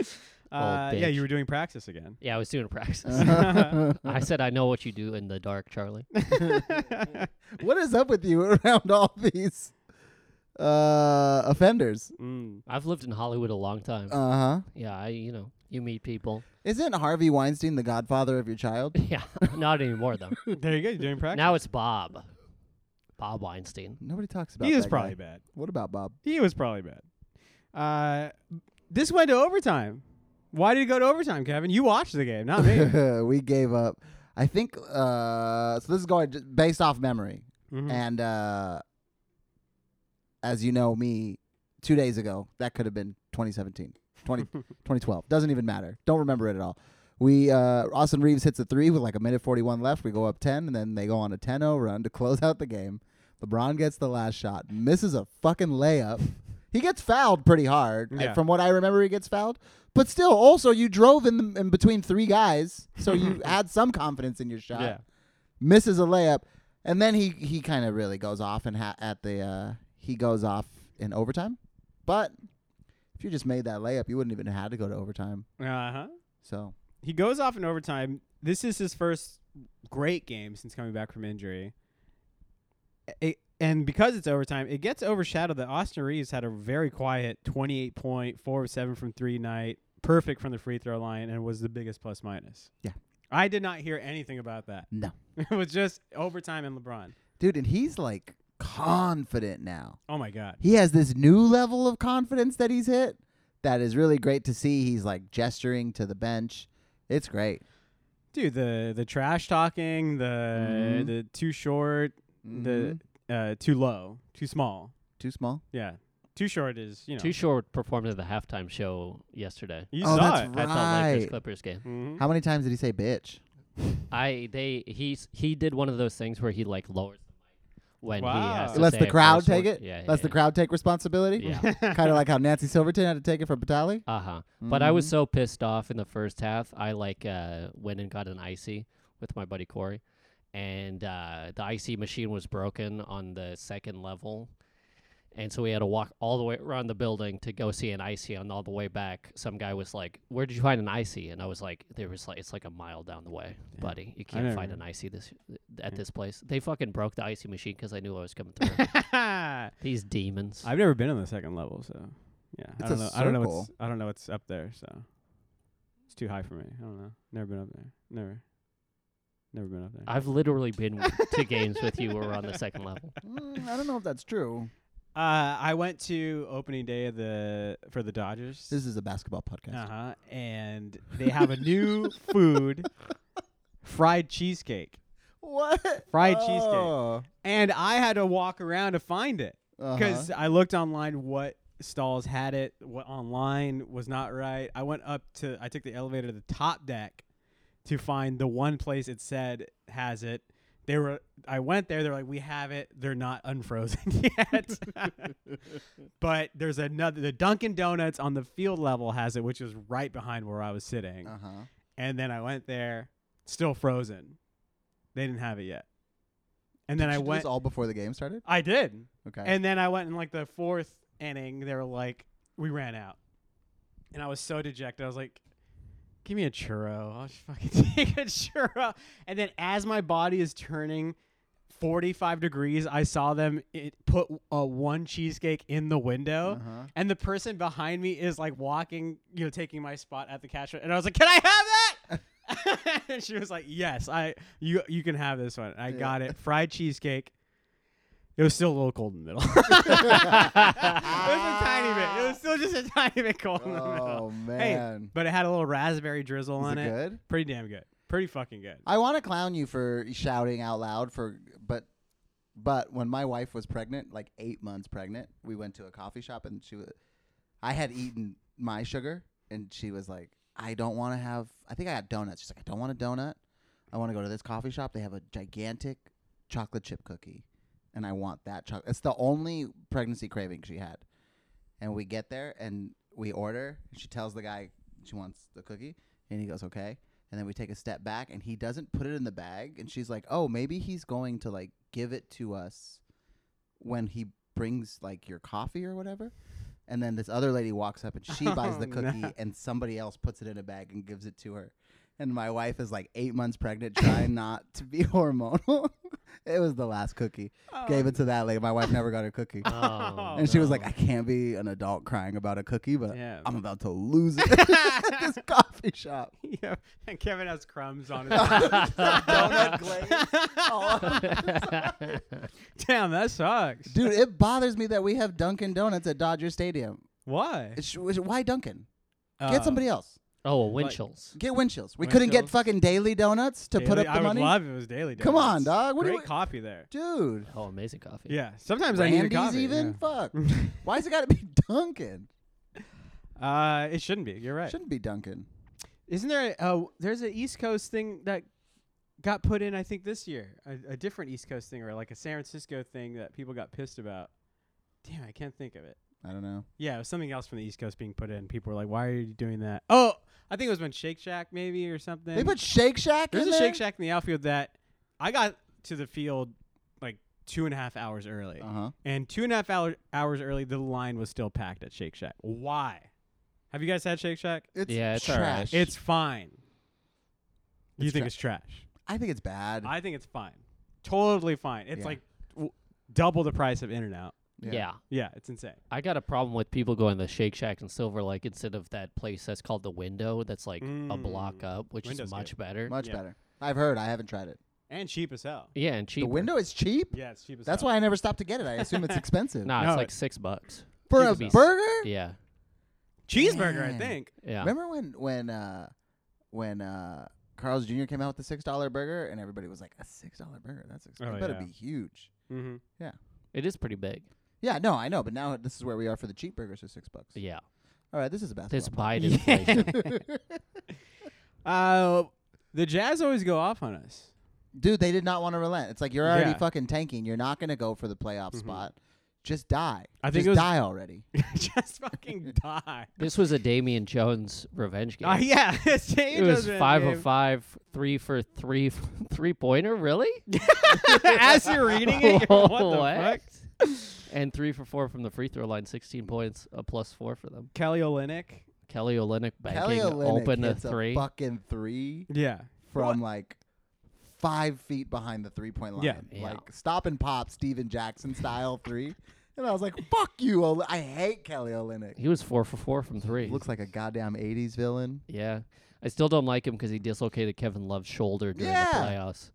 Speaker 2: bitch.
Speaker 1: Uh, you were doing praxis again.
Speaker 2: yeah, I was doing practice.
Speaker 3: Uh-huh.
Speaker 2: I said, I know what you do in the dark, Charlie.
Speaker 3: what is up with you around all these uh offenders?
Speaker 1: Mm.
Speaker 2: I've lived in Hollywood a long time.
Speaker 3: Uh-huh.
Speaker 2: yeah, I, you know, you meet people.
Speaker 3: Isn't Harvey Weinstein the godfather of your child?
Speaker 2: Yeah, not anymore though.
Speaker 1: There you go. You're doing praxis.
Speaker 2: now it's Bob, Bob Weinstein.
Speaker 3: Nobody talks about
Speaker 1: he
Speaker 3: that
Speaker 1: was
Speaker 3: guy.
Speaker 1: probably bad.
Speaker 3: What about Bob?
Speaker 1: He was probably bad. Uh, this went to overtime. Why did it go to overtime, Kevin? You watched the game, not me.
Speaker 3: we gave up. I think uh so this is going just based off memory.
Speaker 1: Mhm.
Speaker 3: And uh as you know me, 2 days ago, that could have been 2017. 20, 2012. Doesn't even matter. Don't remember it at all. We uh Austin Reeves hits a 3 with like a minute 41 left. We go up 10 and then they go on a 10-0 run to close out the game. LeBron gets the last shot, misses a fucking layup. He gets fouled pretty hard. I-
Speaker 1: Yeah.
Speaker 3: From what I remember, he gets fouled. But still, also you drove in, the, in between three guys, so you had some confidence in your shot
Speaker 1: Yeah.
Speaker 3: misses a layup, and then he he kind of really goes off and ha- at the uh, he goes off in overtime. But if you just made that layup, you wouldn't even have had to go to overtime.
Speaker 1: Uh huh.
Speaker 3: So
Speaker 1: He goes off in overtime. This is his first great game since coming back from injury. It, and because it's overtime, it gets overshadowed that Austin Reeves had a very quiet 28 point, 4 of 7 from 3 night, perfect from the free throw line, and was the biggest plus minus.
Speaker 3: Yeah.
Speaker 1: I did not hear anything about that.
Speaker 3: no,
Speaker 1: It was just overtime and LeBron.
Speaker 3: dude, and he's like confident now.
Speaker 1: Oh, my God.
Speaker 3: He has this new level of confidence that he's hit that is really great to see. He's like gesturing to the bench. It's great.
Speaker 1: Dude, the, the trash talking, the,
Speaker 3: Mhm.
Speaker 1: the too short,
Speaker 3: Mhm.
Speaker 1: the uh, too low, too small.
Speaker 3: too small.
Speaker 1: Yeah. Too short is, you know.
Speaker 2: Too short performed at the halftime show yesterday
Speaker 1: you saw
Speaker 3: oh, that's
Speaker 1: it.
Speaker 3: right.
Speaker 2: at the Lakers Clippers game.
Speaker 1: Mhm.
Speaker 3: How many times did he say bitch?
Speaker 2: I they he's he did one of those things where he like lowers the mic when he has
Speaker 1: Wow.
Speaker 2: to
Speaker 3: Lets
Speaker 2: say
Speaker 3: the
Speaker 2: a
Speaker 3: crowd
Speaker 2: curse word.
Speaker 3: take it.
Speaker 2: Yeah, yeah,
Speaker 3: Lets the crowd take responsibility.
Speaker 2: Yeah.
Speaker 3: kind of like how Nancy Silverton had to take it from Batali.
Speaker 2: Uh huh. But I
Speaker 1: Mm-hmm.
Speaker 2: was so pissed off in the first half. I like uh, went and got an icy with my buddy Corey, and uh, the icy machine was broken on the second level, and so we had to walk all the way around the building to go see an icy. And all the way back, some guy was like, "Where did you find an icy?" And I was like, "There was like it's like a mile down the way, buddy. You can't
Speaker 1: never
Speaker 2: find an
Speaker 1: knew.
Speaker 2: icy this at this place." They fucking broke the icy machine because I knew I was coming through.
Speaker 1: I've
Speaker 2: These demons.
Speaker 1: never been on the second level, so yeah.
Speaker 3: It's
Speaker 1: I
Speaker 3: a
Speaker 1: don't know. I don't know
Speaker 3: circle.
Speaker 1: what's I don't know what's up there, so it's too high for me. I don't know. Never been up there. Never. Never been up there.
Speaker 2: I've literally been to games with you where we're on the second level.
Speaker 3: Mm, I don't know if that's true.
Speaker 1: Uh, I went to opening day of the for the Dodgers.
Speaker 3: This is a basketball podcast.
Speaker 1: Uh huh. And they have a new food, fried cheesecake,
Speaker 3: What? Oh.
Speaker 1: fried cheesecake. And I had to walk around to find it. because I looked online what stalls had it, what online was not right. I went up to, I took the elevator to the top deck to find the one place it said has it. They were, I went there. They're like, we have it. They're not unfrozen yet. but there's another, the Dunkin' Donuts on the field level has it, which is right behind where I was sitting.
Speaker 3: Uh huh.
Speaker 1: And then I went there, still frozen. They didn't have it yet. And then I went.
Speaker 3: all before the game started.
Speaker 1: I did.
Speaker 3: Okay.
Speaker 1: And then I went in like the fourth inning. They were like, we ran out. And I was so dejected. I was like, give me a churro. I'll just fucking take a churro. And then as my body is turning 45 degrees, I saw them it put uh, one cheesecake in the window.
Speaker 3: uh-huh.
Speaker 1: And the person behind me is like walking, you know, taking my spot at the cash. re- And I was like, "Can I have that?" and she was like, "Yes, I you you can have this one." And I
Speaker 3: Yeah.
Speaker 1: got it, fried cheesecake. It was still a little cold in the middle. it was a tiny bit. It was still just a tiny bit cold in the middle.
Speaker 3: Oh
Speaker 1: Hey,
Speaker 3: man.
Speaker 1: but it had a little raspberry drizzle
Speaker 3: Is
Speaker 1: on
Speaker 3: it
Speaker 1: it.
Speaker 3: good?
Speaker 1: Pretty damn good. Pretty fucking good.
Speaker 3: I want to clown you for shouting out loud for but but when my wife was pregnant, like 8 months pregnant, we went to a coffee shop and she was I had eaten my sugar and she was like, "I don't want to have I think I got donuts." She's like, "I don't want a donut. I want to go to this coffee shop. They have a gigantic chocolate chip cookie and I want that chocolate." It's the only pregnancy craving she had. And we get there and we order. She tells the guy she wants the cookie and he goes, "Okay." and then we take a step back and he doesn't put it in the bag and she's like oh maybe he's going to like give it to us when he brings like your coffee or whatever and then this other lady walks up and she buys
Speaker 1: Oh,
Speaker 3: the cookie
Speaker 1: no.
Speaker 3: and somebody else puts it in a bag and gives it to her and my wife is like eight months pregnant trying not to be hormonal it was the last cookie
Speaker 1: Oh.
Speaker 3: gave it to that lady my wife never got her cookie
Speaker 2: Oh,
Speaker 3: and she was
Speaker 2: no.
Speaker 3: like i can't be an adult crying about a cookie but
Speaker 1: Yeah.
Speaker 3: i'm about to lose it at this coffee shop
Speaker 1: yeah, and Kevin has crumbs on his.
Speaker 3: donut glaze.
Speaker 1: Damn, that sucks.
Speaker 3: Dude, it bothers me that we have Dunkin' Donuts at Dodger Stadium.
Speaker 1: Why?
Speaker 3: It's, it's- why Dunkin'?
Speaker 1: Uh,
Speaker 3: Get somebody else.
Speaker 2: oh, Winchell's.
Speaker 3: Get Winchell's. We couldn't get
Speaker 1: Winchell's.
Speaker 3: fucking Daily Donuts to put
Speaker 1: Daily-
Speaker 3: up the
Speaker 1: I
Speaker 3: money,
Speaker 1: would love if it was daily. Donuts.
Speaker 3: Come on, dog. What do
Speaker 1: Great
Speaker 3: we-
Speaker 1: coffee there.
Speaker 3: dude.
Speaker 2: Oh, amazing coffee.
Speaker 1: Yeah, sometimes I need a
Speaker 3: Randy's
Speaker 1: coffee.
Speaker 3: even fuck.
Speaker 1: yeah.
Speaker 3: Why's it got to be Dunkin'?
Speaker 1: uh, it shouldn't be. You're right.
Speaker 3: Shouldn't be Dunkin'.
Speaker 1: Isn't there? A, uh, there's an East Coast thing that got put in. I think this year, a, a different East Coast thing, or like a San Francisco thing that people got pissed about. Damn, I can't think of it.
Speaker 3: I don't know.
Speaker 1: Yeah, it was something else from the East Coast being put in. People were like, "Why are you doing that?" Oh, I think it was when Shake Shack maybe or something.
Speaker 3: They put Shake Shack
Speaker 1: There's
Speaker 3: in
Speaker 1: a
Speaker 3: there?
Speaker 1: Shake Shack in the outfield that I got to the field like two and a half hours early,
Speaker 3: Uh-huh.
Speaker 1: and two and a half hour, hours early, the line was still packed at Shake Shack. Why? Have you guys had Shake Shack?
Speaker 3: It's
Speaker 2: Yeah, it's all right.
Speaker 3: trash.
Speaker 1: It's fine. you
Speaker 3: It's
Speaker 1: think
Speaker 3: tra-
Speaker 1: it's trash?
Speaker 3: I think it's bad.
Speaker 1: I think it's fine. Totally fine. It's
Speaker 3: Yeah.
Speaker 1: like w- double the price of In and Out.
Speaker 2: yeah.
Speaker 1: Yeah, it's insane.
Speaker 2: I got a problem with people going to Shake Shack and Silver Lake instead of that place that's called the Window, that's like a block
Speaker 1: Mm.
Speaker 2: up, which
Speaker 1: Window's
Speaker 2: is
Speaker 1: good.
Speaker 2: much better.
Speaker 3: Much
Speaker 1: Yeah.
Speaker 3: better. I've heard. I haven't tried it.
Speaker 1: And cheap as hell.
Speaker 2: yeah, and cheaper.
Speaker 3: The window is cheap?
Speaker 1: Yeah, it's cheap as
Speaker 3: That's
Speaker 1: hell.
Speaker 3: why I never stopped to get it. I assume it's expensive.
Speaker 2: Nah,
Speaker 1: No,
Speaker 2: it's like
Speaker 1: it-
Speaker 2: six bucks.
Speaker 3: For
Speaker 2: you
Speaker 3: a
Speaker 2: could be-
Speaker 3: burger?
Speaker 2: Yeah,
Speaker 1: Cheeseburger, I
Speaker 3: Man.
Speaker 1: think.
Speaker 2: yeah.
Speaker 3: Remember when when uh when uh Carl's Jr. came out with the six dollar burger and everybody was like a six dollar burger? That's expensive.
Speaker 1: Oh,
Speaker 3: better
Speaker 1: yeah.
Speaker 3: be huge.
Speaker 1: Mm-hmm.
Speaker 2: It is pretty big.
Speaker 3: Yeah, no, I know, but now this is where we are for the cheap burgers for six bucks.
Speaker 2: Yeah,
Speaker 3: All right, this is a basketball.
Speaker 2: this
Speaker 3: pod.
Speaker 2: Biden inflation.
Speaker 1: Uh, the Jazz always go off on us.
Speaker 3: Dude, they did not want to relent. It's like you're already
Speaker 1: Yeah.
Speaker 3: fucking tanking. You're not gonna go for the playoff
Speaker 1: Mhm.
Speaker 3: spot. Just die.
Speaker 1: I think
Speaker 3: Just
Speaker 1: it was-
Speaker 3: die already.
Speaker 1: Just fucking die.
Speaker 2: this was a Damian Jones revenge game.
Speaker 1: Uh, yeah,
Speaker 2: it was five of five, three for three, three pointer. Really?
Speaker 1: As you're reading it, you're, what the fuck?
Speaker 2: What? and three for four from the free throw line. Sixteen points, a plus four for them.
Speaker 1: Kelly Olynyk.
Speaker 2: Kelly Olynyk banking
Speaker 3: Kelly Olynyk
Speaker 2: open a
Speaker 3: hits
Speaker 2: three.
Speaker 3: fucking three
Speaker 1: Yeah,
Speaker 3: from like five feet behind the three point line.
Speaker 1: Yeah.
Speaker 2: Yeah.
Speaker 3: Like stop and pop Steven Jackson style three. And I was like, fuck you. Ol- I hate Kelly Olinick.
Speaker 2: He was four for four from three.
Speaker 3: Looks like a goddamn 80s villain.
Speaker 2: yeah, I still don't like him because he dislocated Kevin Love's shoulder during
Speaker 3: Yeah.
Speaker 2: the playoffs.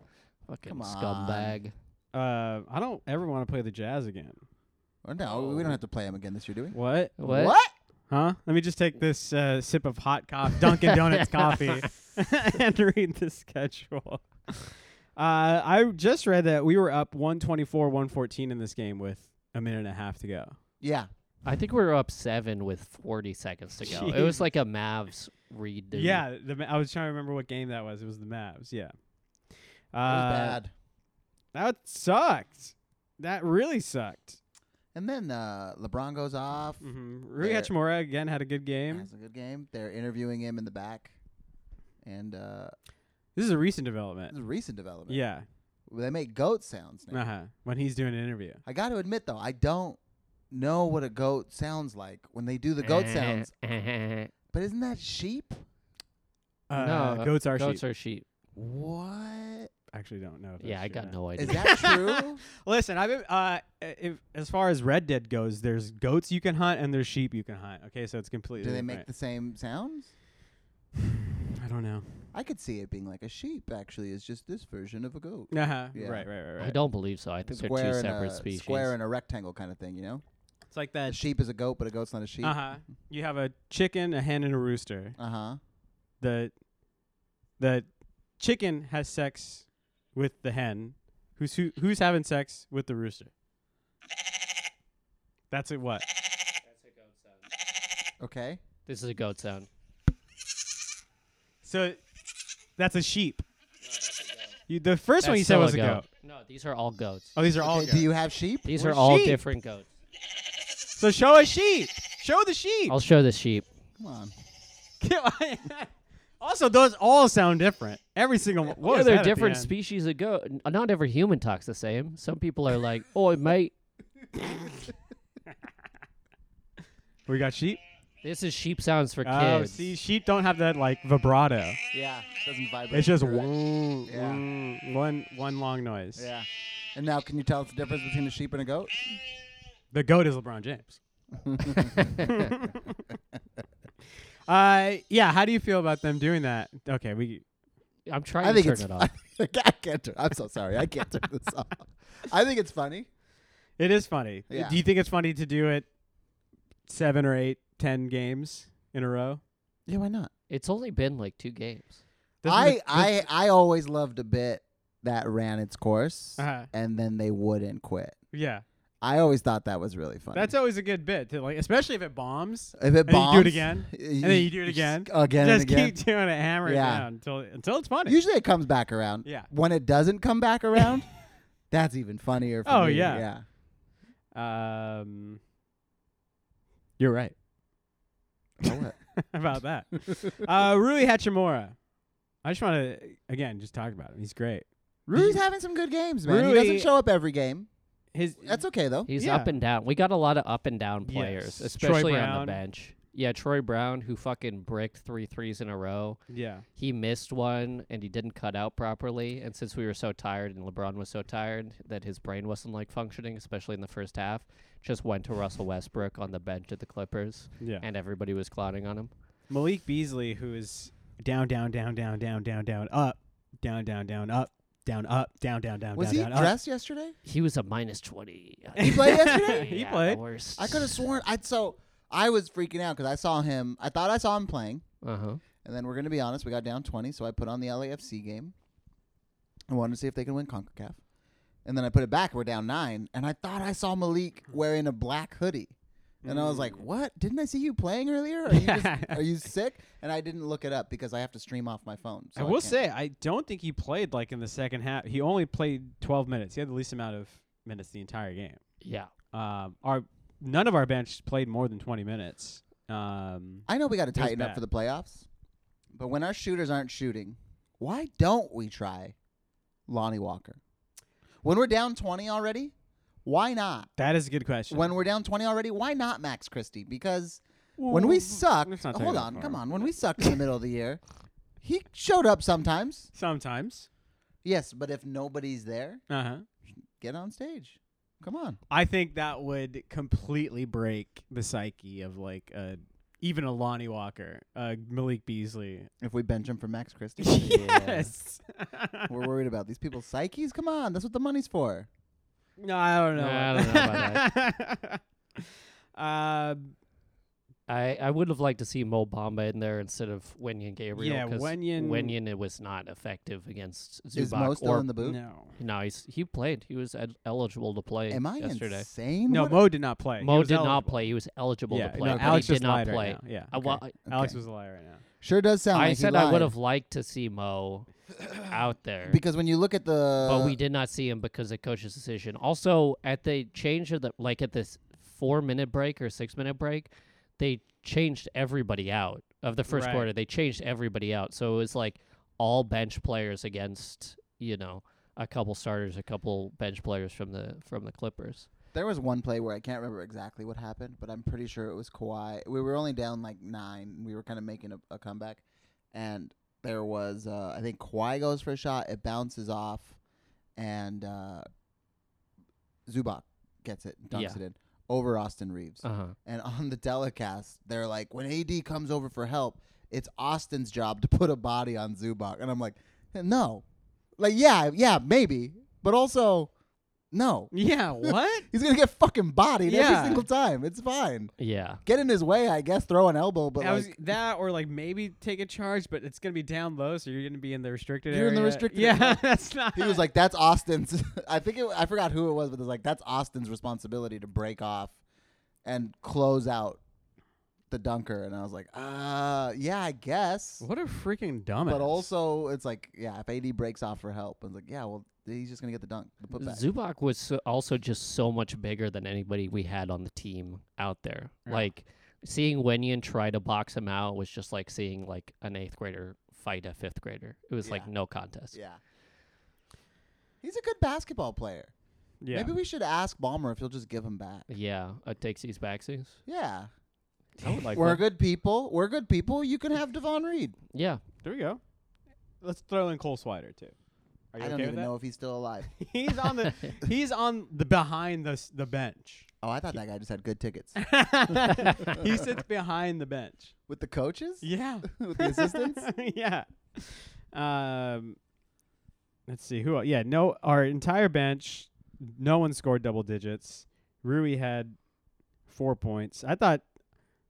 Speaker 2: Fucking
Speaker 3: Come on.
Speaker 2: scumbag.
Speaker 1: uh, I don't ever want to play the Jazz again.
Speaker 3: Or no, we don't have to play him again this year, do we?
Speaker 1: What?
Speaker 2: What?
Speaker 1: Huh? Let me just take this uh, sip of hot coffee, Dunkin' Donuts coffee, and read the schedule. Uh, I just read that we were up 124, 114 in this game with a minute and a half to go.
Speaker 3: Yeah.
Speaker 2: I think we were up seven with forty seconds to go. It was like a Mavs read. dude.
Speaker 1: Yeah, the, Ma- I was trying to remember what game that was. It was the Mavs. Yeah.
Speaker 3: It was
Speaker 1: Uh,
Speaker 3: bad.
Speaker 1: That sucked. That really sucked.
Speaker 3: And then uh, LeBron goes off.
Speaker 1: Mm-hmm. Rui
Speaker 3: There.
Speaker 1: Hachimura again had a good game.
Speaker 3: Has a good game. They're interviewing him in the back. And uh,
Speaker 1: This is a recent
Speaker 3: this
Speaker 1: development.
Speaker 3: is a recent development.
Speaker 1: Yeah.
Speaker 3: They make goat sounds now.
Speaker 1: Uh huh. When he's doing an interview.
Speaker 3: I got to admit, though, I don't know what a goat sounds like when they do the goat
Speaker 2: Eh.
Speaker 3: sounds. But isn't that sheep?
Speaker 1: Uh,
Speaker 2: No,
Speaker 1: goats are
Speaker 2: Goats
Speaker 1: sheep.
Speaker 2: are sheep.
Speaker 3: What?
Speaker 1: I Actually, don't know. If
Speaker 2: Yeah,
Speaker 1: that's
Speaker 2: I
Speaker 1: true or
Speaker 2: got
Speaker 1: not.
Speaker 2: no idea.
Speaker 3: Is that true?
Speaker 1: Listen, I've been, uh, if, as far as Red Dead goes, there's goats you can hunt and there's sheep you can hunt. Okay, so it's completely.
Speaker 3: Do they make the
Speaker 1: different.
Speaker 3: same sounds?
Speaker 1: I don't know.
Speaker 3: I could see it being like a sheep. Actually, is just this version of a goat.
Speaker 1: Uh huh.
Speaker 3: Yeah.
Speaker 1: Right, right, right, right.
Speaker 2: I don't believe so. I think they're two
Speaker 3: and
Speaker 2: separate
Speaker 3: a,
Speaker 2: species.
Speaker 3: Square and a rectangle kind of thing. You know,
Speaker 1: It's like
Speaker 3: a
Speaker 1: that.
Speaker 3: sheep is a goat, but a goat's not a sheep.
Speaker 1: Uh huh. You
Speaker 3: Uh-huh.
Speaker 1: have a chicken, a hen, and a rooster.
Speaker 3: Uh huh.
Speaker 1: the the chicken has sex with the hen. Who's who, who's having sex with the rooster? That's it. What?
Speaker 3: Okay.
Speaker 2: This is a goat sound.
Speaker 1: So that's a sheep. You, the first one you said was a goat.
Speaker 2: No, these are all goats.
Speaker 1: Oh, these are all
Speaker 3: Okay, do
Speaker 1: goats.
Speaker 3: you have sheep?
Speaker 2: These
Speaker 1: We're
Speaker 2: are all
Speaker 1: sheep.
Speaker 2: different goats.
Speaker 1: so show a sheep. Show the sheep.
Speaker 2: I'll show the sheep.
Speaker 3: Come on.
Speaker 1: also, those all sound different. Every single one. What
Speaker 2: yeah,
Speaker 1: was
Speaker 2: they're
Speaker 1: that at the
Speaker 2: different
Speaker 1: end?
Speaker 2: species of goat. N- uh, Not every human talks the same. Some people are like, "Oh, mate,
Speaker 1: We got sheep.
Speaker 2: this is sheep sounds for kids."
Speaker 1: Oh, see, sheep don't have that like vibrato.
Speaker 3: Yeah. Doesn't vibrate.
Speaker 1: It's just
Speaker 3: Correct.
Speaker 1: woo,
Speaker 3: Yeah.
Speaker 1: woo, one one long noise.
Speaker 3: Yeah. And now, can you tell us the difference between a sheep and a goat?
Speaker 1: The goat is LeBron James. uh, yeah. How do you feel about them doing that? Okay, we.
Speaker 2: I'm trying
Speaker 3: I
Speaker 2: to
Speaker 3: think
Speaker 2: turn
Speaker 3: it's.
Speaker 2: it off.
Speaker 3: I can't turn. I'm so sorry. I can't turn this off. I think it's funny.
Speaker 1: It is funny.
Speaker 3: Yeah.
Speaker 1: Do you think it's funny to do it seven or eight, ten games in a row?
Speaker 3: Yeah, why not?
Speaker 2: It's only been like two games.
Speaker 1: This is
Speaker 3: I
Speaker 1: the-
Speaker 3: I I always loved a bit that ran its course
Speaker 1: Uh-huh.
Speaker 3: and then they wouldn't quit.
Speaker 1: Yeah,
Speaker 3: I always thought that was really funny.
Speaker 1: that's always a good bit to like, especially if it bombs.
Speaker 3: if
Speaker 1: and
Speaker 3: it
Speaker 1: then you do it
Speaker 3: bombs,
Speaker 1: again, and then you do it
Speaker 3: just
Speaker 1: again.
Speaker 3: again,
Speaker 1: Just
Speaker 3: and again.
Speaker 1: keep doing it, hammer it
Speaker 3: Yeah.
Speaker 1: down until until it's funny.
Speaker 3: Usually it comes back around.
Speaker 1: Yeah.
Speaker 3: When it doesn't come back around, that's even funnier. For
Speaker 1: Oh,
Speaker 3: me.
Speaker 1: yeah.
Speaker 3: yeah.
Speaker 1: Um, you're right
Speaker 3: Oh,
Speaker 1: about that. uh, Rui Hachimura. I just want to again just talk about him. He's great.
Speaker 3: Rui's having some good games, man.
Speaker 1: Rui-
Speaker 3: He doesn't show up every game.
Speaker 1: His
Speaker 3: That's okay though.
Speaker 2: He's
Speaker 1: Yeah.
Speaker 2: up and down. We got a lot of up and down
Speaker 1: Yes.
Speaker 2: players,
Speaker 1: Troy
Speaker 2: especially on
Speaker 1: Brown.
Speaker 2: the bench. Yeah, Troy Brown, who fucking bricked three threes in a row.
Speaker 1: yeah.
Speaker 2: He missed one and he didn't cut out properly. And since we were so tired and LeBron was so tired that his brain wasn't like functioning, especially in the first half, just went to Russell Westbrook on the bench at the Clippers
Speaker 1: Yeah.
Speaker 2: and everybody was clowning on him.
Speaker 1: Malik Beasley, who is down, down, down, down, down, down, down, up, down, down, down, up, down, up, down, down, down,
Speaker 3: Was
Speaker 1: down,
Speaker 3: he
Speaker 1: down,
Speaker 3: dressed yesterday?
Speaker 2: He was a minus 20.
Speaker 3: He played yesterday?
Speaker 1: He
Speaker 2: Yeah, the
Speaker 1: played.
Speaker 2: worst.
Speaker 3: I could have sworn I so I was freaking out because I saw him. I thought I saw him playing,
Speaker 2: Uh-huh.
Speaker 3: and then we're gonna be honest. We got down twenty, so I put on the LAFC game. I wanted to see if they can win Concacaf, and then I put it back. We're down nine, and I thought I saw Malik
Speaker 1: Hmm.
Speaker 3: wearing a black hoodie, and I was like, "What? Didn't I see you playing earlier? Are you, just, are you sick?" And I didn't look it up because I have to stream off my phone. So
Speaker 1: Oh, I will
Speaker 3: can't-
Speaker 1: say, I don't think he played like in the second half. He only played 12 minutes. He had the least amount of minutes the entire game.
Speaker 2: Yeah.
Speaker 1: Um, our none of our bench played more than 20 minutes. Um,
Speaker 3: I know we got to
Speaker 1: was
Speaker 3: tighten up
Speaker 1: bad.
Speaker 3: for the playoffs, but when our shooters aren't shooting, why don't we try Lonnie Walker? When we're down 20 already, why not?
Speaker 1: that is a good question.
Speaker 3: When we're down 20 already, why not Max Christie? Because when we sucked,
Speaker 1: let's not take
Speaker 3: hold
Speaker 1: it that
Speaker 3: on,
Speaker 1: far.
Speaker 3: come on. When we sucked in the middle of the year, he showed up sometimes.
Speaker 1: sometimes,
Speaker 3: Yes, but if nobody's there,
Speaker 1: uh huh.
Speaker 3: get on stage. Come on.
Speaker 1: I think that would completely break the psyche of like a even a Lonnie Walker, uh, Malik Beasley.
Speaker 3: If we bench him for Max Christie,
Speaker 1: yes.
Speaker 3: we're worried about these people's psyches. Come on, that's what the money's for.
Speaker 1: no, I don't know.
Speaker 2: Nah, I don't know about
Speaker 1: Uh,
Speaker 2: I, I would have liked to see Mo Bamba in there instead of Wenyan Gabriel.
Speaker 1: Yeah,
Speaker 2: 'cause
Speaker 1: Wenyan-
Speaker 2: Wenyan it was not effective against Zubac.
Speaker 3: Is Mo still
Speaker 2: or,
Speaker 3: in the booth?
Speaker 1: no,
Speaker 2: No, he's, he played. He was ed- eligible to play
Speaker 3: Am I
Speaker 2: yesterday.
Speaker 3: insane?
Speaker 1: no,
Speaker 3: What-
Speaker 1: Mo did not play. He
Speaker 2: Mo
Speaker 1: was
Speaker 2: did not
Speaker 1: eligible.
Speaker 2: play. He was eligible
Speaker 1: Yeah,
Speaker 2: to play.
Speaker 1: no,
Speaker 2: but
Speaker 1: Alex
Speaker 2: he
Speaker 1: just
Speaker 2: did not
Speaker 1: lied
Speaker 2: play.
Speaker 1: right now. Yeah,
Speaker 2: I, wa-
Speaker 1: Alex
Speaker 3: Okay.
Speaker 1: was a liar right now.
Speaker 3: Sure does sound
Speaker 2: I
Speaker 3: like he
Speaker 2: said I would
Speaker 3: lied.
Speaker 2: have liked to see Mo out there.
Speaker 3: because uh, when you look at the
Speaker 2: but we did not see him because of coach's decision. Also, at the change of the like at this four minute break or six minute break, they changed everybody out of the first
Speaker 1: Right.
Speaker 2: quarter. They changed everybody out, so it was like all bench players against you know a couple starters, a couple bench players from the from the Clippers.
Speaker 3: there was one play where I can't remember exactly what happened, but I'm pretty sure it was Kawhi. We were only down like nine. We were kind of making a, a comeback, and there was uh, I think Kawhi goes for a shot. It bounces off, and uh, Zubac gets it, dunks
Speaker 2: Yeah.
Speaker 3: it in over Austin Reeves.
Speaker 2: Uh huh.
Speaker 1: Uh-huh.
Speaker 3: And on the telecast, they're like, when AD comes over for help, it's Austin's job to put a body on Zubac. And I'm like, no. Like, yeah, yeah, maybe. But also, No.
Speaker 1: Yeah, what?
Speaker 3: He's gonna get fucking bodied
Speaker 1: Yeah.
Speaker 3: every single time. It's fine.
Speaker 2: Yeah.
Speaker 3: Get in his way, I guess. Throw an elbow, but
Speaker 1: I
Speaker 3: like,
Speaker 1: was- that or like maybe take a charge, but it's gonna be down low, so you're gonna be in the restricted
Speaker 3: You're in the
Speaker 1: area.
Speaker 3: restricted
Speaker 1: Yeah,
Speaker 3: area.
Speaker 1: that's not.
Speaker 3: he was like, "That's Austin's." I think it, I forgot who it was, but it was like, "That's Austin's responsibility to break off and close out the dunker." And I was like, "Uh, yeah, I guess."
Speaker 1: what a freaking dumbass.
Speaker 3: But also, it's like, yeah, if AD breaks off for help, it's like, yeah, well, he's just gonna get the dunk, the putback.
Speaker 2: Zubac was so, also just so much bigger than anybody we had on the team out there.
Speaker 1: Yeah.
Speaker 2: Like seeing Wenyan try to box him out was just like seeing like an eighth grader fight a fifth grader. It was like
Speaker 3: Yeah.
Speaker 2: no contest.
Speaker 3: Yeah, he's a good basketball player.
Speaker 1: yeah.
Speaker 3: Maybe we should ask Balmer if he'll just give him back.
Speaker 2: Yeah, a takesies backsies.
Speaker 3: Yeah,
Speaker 2: I would like
Speaker 3: we're
Speaker 2: one.
Speaker 3: good people. We're good people. You can have Devon Reed.
Speaker 2: Yeah,
Speaker 1: there we go. Let's throw in Cole Swider too. Are you
Speaker 3: I
Speaker 1: okay
Speaker 3: don't
Speaker 1: with
Speaker 3: even
Speaker 1: that?
Speaker 3: know if he's still alive.
Speaker 1: He's on the he's on the behind the s- the bench.
Speaker 3: Oh, I thought that guy just had good tickets
Speaker 1: he sits behind the bench.
Speaker 3: with the coaches.
Speaker 1: Yeah.
Speaker 3: with the assistants.
Speaker 1: yeah. Um, let's see who. el- Yeah, no, our entire bench, no one scored double digits. Rui had four points. I thought,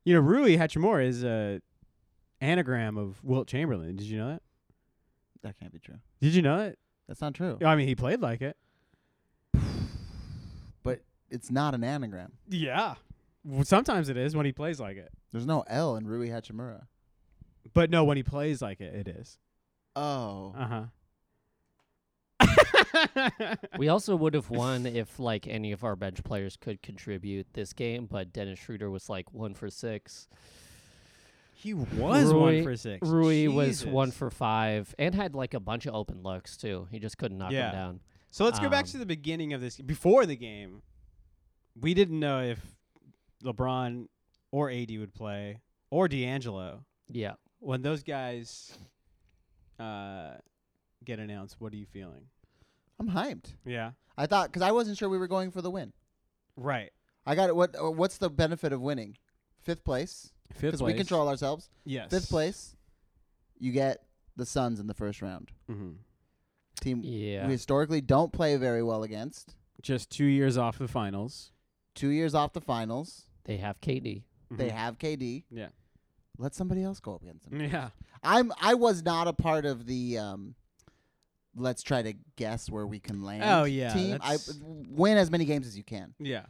Speaker 1: you know, Rui Hachimura is a anagram of Wilt Chamberlain. Did you know that?
Speaker 3: that can't be true.
Speaker 1: Did you know that?
Speaker 3: That's not true.
Speaker 1: I mean, he played like it.
Speaker 3: But it's not an anagram.
Speaker 1: Yeah. W- Sometimes it is when he plays like it,
Speaker 3: There's no L in Rui Hachimura.
Speaker 1: but no, when he plays like it, it is.
Speaker 3: Oh.
Speaker 1: Uh huh.
Speaker 2: we also would have won if like any of our bench players could contribute this game, but Dennis Schroeder was like one for six.
Speaker 1: he was
Speaker 2: Rui-
Speaker 1: one for six.
Speaker 2: Rui was one
Speaker 1: Jesus.
Speaker 2: for five and had like a bunch of open looks too. He just couldn't knock
Speaker 1: Yeah.
Speaker 2: them down.
Speaker 1: So let's go back
Speaker 2: Um,
Speaker 1: to the beginning of this. Before the game, we didn't know if LeBron or AD would play or D'Angelo.
Speaker 2: Yeah.
Speaker 1: When those guys uh, get announced, what are you feeling?
Speaker 3: I'm hyped.
Speaker 1: Yeah.
Speaker 3: I thought because I wasn't sure we were going for the win.
Speaker 1: Right.
Speaker 3: I got it. What uh, What's the benefit of winning? Fifth place
Speaker 1: Fifth
Speaker 3: because we control ourselves.
Speaker 1: Yes.
Speaker 3: Fifth place, you get the Suns in the first round.
Speaker 1: Mm-hmm. Mm.
Speaker 3: Team
Speaker 2: Yeah.
Speaker 3: we historically don't play very well against.
Speaker 1: Just two years off the finals.
Speaker 3: Two years off the finals,
Speaker 2: They have KD.
Speaker 3: they have KD.
Speaker 1: Mm-hmm. Yeah.
Speaker 3: Let somebody else go up against them.
Speaker 1: Yeah.
Speaker 3: I'm I was not a part of the um let's try to guess where we can land.
Speaker 1: Oh, yeah,
Speaker 3: Team I
Speaker 1: that's-
Speaker 3: win as many games as you can.
Speaker 1: Yeah.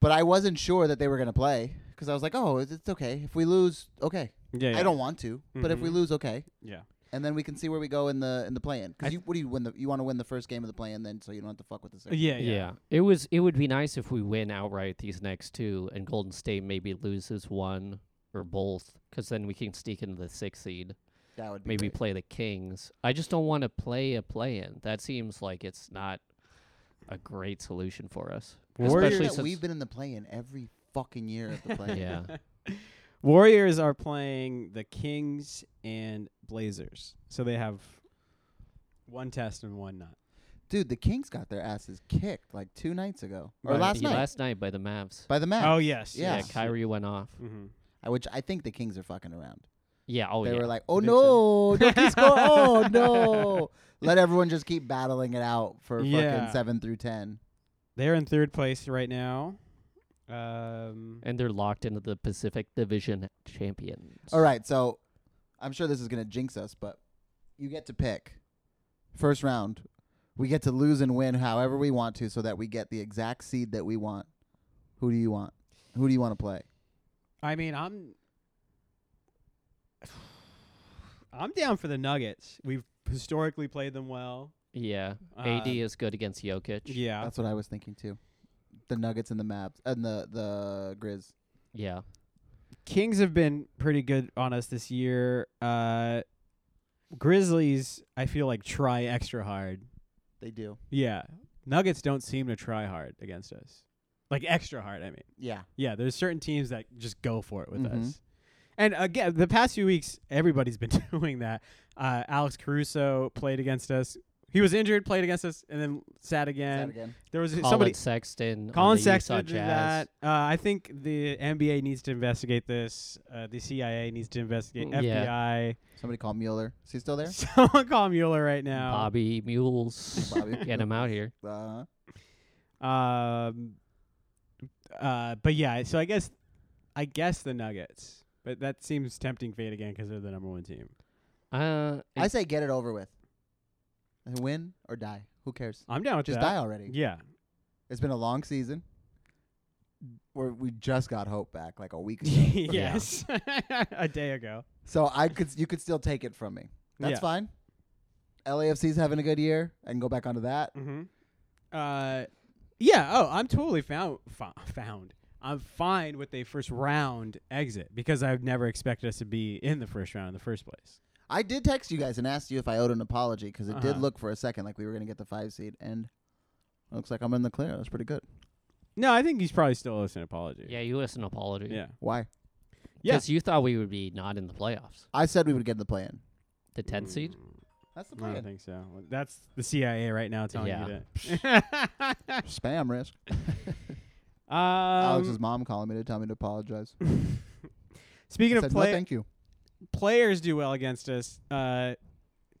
Speaker 3: But I wasn't sure that they were going to play cuz I was like, "Oh, it's- it's okay. If we lose, okay.
Speaker 1: Yeah.
Speaker 3: I don't want to, but if we
Speaker 1: Mhm.
Speaker 3: lose, okay."
Speaker 1: Yeah.
Speaker 3: And then we can see where we go in the in the play-in
Speaker 1: I
Speaker 3: cuz you what do you win the you want to win the first game of the play-in then so you don't have to fuck with the second.
Speaker 1: Yeah. Yeah.
Speaker 2: It was it would be nice if we win outright these next two and Golden State maybe loses one or both cuz then we can sneak into the 6th seed.
Speaker 3: That would be
Speaker 2: Maybe
Speaker 3: great.
Speaker 2: play the Kings. I just don't want to play a play in. That seems like it's not a great solution for us.
Speaker 1: Warriors-
Speaker 2: Especially
Speaker 3: That
Speaker 2: since
Speaker 3: we've been in the play-in every fucking year of the play-in.
Speaker 2: Yeah.
Speaker 1: Warriors are playing the Kings and Blazers. So they have one test and one not.
Speaker 3: Dude, the Kings got their asses kicked like 2 nights ago or
Speaker 1: Right.
Speaker 3: last
Speaker 2: yeah,
Speaker 3: night
Speaker 2: last night by the Mavs.
Speaker 3: by the Mavs.
Speaker 1: Oh yes.
Speaker 3: Yeah.
Speaker 2: yeah, Kyrie went off.
Speaker 3: Mm.
Speaker 1: Mm-hmm.
Speaker 3: I- which I think the Kings are fucking around.
Speaker 2: Yeah, oh
Speaker 3: they
Speaker 2: yeah.
Speaker 3: were like, "Oh
Speaker 1: think so.
Speaker 3: no, don't we score! Oh no, let everyone just keep battling it out for
Speaker 1: Yeah.
Speaker 3: fucking seven through ten.
Speaker 1: They're in third place right now. Um,
Speaker 2: and they're locked into the Pacific Division champions.
Speaker 3: All right, so I'm sure this is gonna jinx us, but you get to pick first round. We get to lose and win however we want to, so that we get the exact seed that we want. Who do you want? Who do you want to play?
Speaker 1: I mean, I'm I'm down for the Nuggets. We've historically played them well.
Speaker 2: Yeah.
Speaker 1: Uh,
Speaker 2: AD is good against Jokic.
Speaker 1: Yeah.
Speaker 3: That's what I was thinking too. The Nuggets and the Mavs and the the Grizz.
Speaker 2: Yeah.
Speaker 1: Kings have been pretty good on us this year. Uh, Grizzlies, I feel like try extra hard.
Speaker 3: They do.
Speaker 1: Yeah. Nuggets don't seem to try hard against us. Like extra hard, I mean.
Speaker 3: Yeah.
Speaker 1: Yeah, there's certain teams that just go for it with
Speaker 3: Mhm.
Speaker 1: us. And again, the past few weeks, everybody's been doing that. Uh, Alex Caruso played against us, He was injured, played against us, and then sat again.
Speaker 3: Sad again.
Speaker 1: There was
Speaker 2: Colin
Speaker 1: somebody.
Speaker 2: Sexton. on
Speaker 1: Colin
Speaker 2: the Utah
Speaker 1: Sexton did
Speaker 2: Jazz.
Speaker 1: that. Uh, I think the NBA needs to investigate this. Uh, the CIA needs to investigate.
Speaker 2: Mm, yeah.
Speaker 1: FBI.
Speaker 3: Somebody call Mueller. Is he still there?
Speaker 1: Someone call Mueller right now.
Speaker 2: Bobby Mules.
Speaker 3: Bobby.
Speaker 2: Get him out here.
Speaker 3: Uh,
Speaker 1: Um. Uh. But yeah. So I guess, I guess the Nuggets. But that seems tempting fate again because they're the number one team.
Speaker 2: Uh,
Speaker 3: I say get it over with. And Win or die. Who cares?
Speaker 1: I'm down with
Speaker 3: Just
Speaker 1: that.
Speaker 3: die already.
Speaker 1: Yeah.
Speaker 3: It's been a long season. Where we just got hope back like a week ago.
Speaker 1: yes. A day ago.
Speaker 3: so I could you could still take it from me. That's
Speaker 1: Yeah.
Speaker 3: fine. LAFC's having a good year. I can go back onto that.
Speaker 1: Mm-hmm. Uh. Yeah. Oh, I'm totally found. Fo- found. I'm fine with a first round exit because I've never expected us to be in the first round in the first place.
Speaker 3: I did text you guys and asked you if I owed an apology because it did
Speaker 1: Uh-huh.
Speaker 3: look for a second like we were going to get the five seed, and it looks like I'm in the clear. That's pretty good.
Speaker 1: No, I think he's probably still owes an apology.
Speaker 2: yeah, you listen apology.
Speaker 1: Yeah.
Speaker 3: Why?
Speaker 1: Yeah.
Speaker 2: Because you thought we would be not in the playoffs.
Speaker 3: I said we would get the play in.
Speaker 2: The 10
Speaker 3: Mm.
Speaker 2: seed?
Speaker 3: That's the
Speaker 1: I
Speaker 3: plan.
Speaker 1: don't think so. Well, That's the CIA right now telling
Speaker 2: Yeah.
Speaker 1: you that.
Speaker 3: Spam risk.
Speaker 1: um,
Speaker 3: Alex's mom calling me to tell me to apologize. I
Speaker 1: speaking of
Speaker 3: said,
Speaker 1: play,
Speaker 3: no, thank you.
Speaker 1: players do well against us. Uh,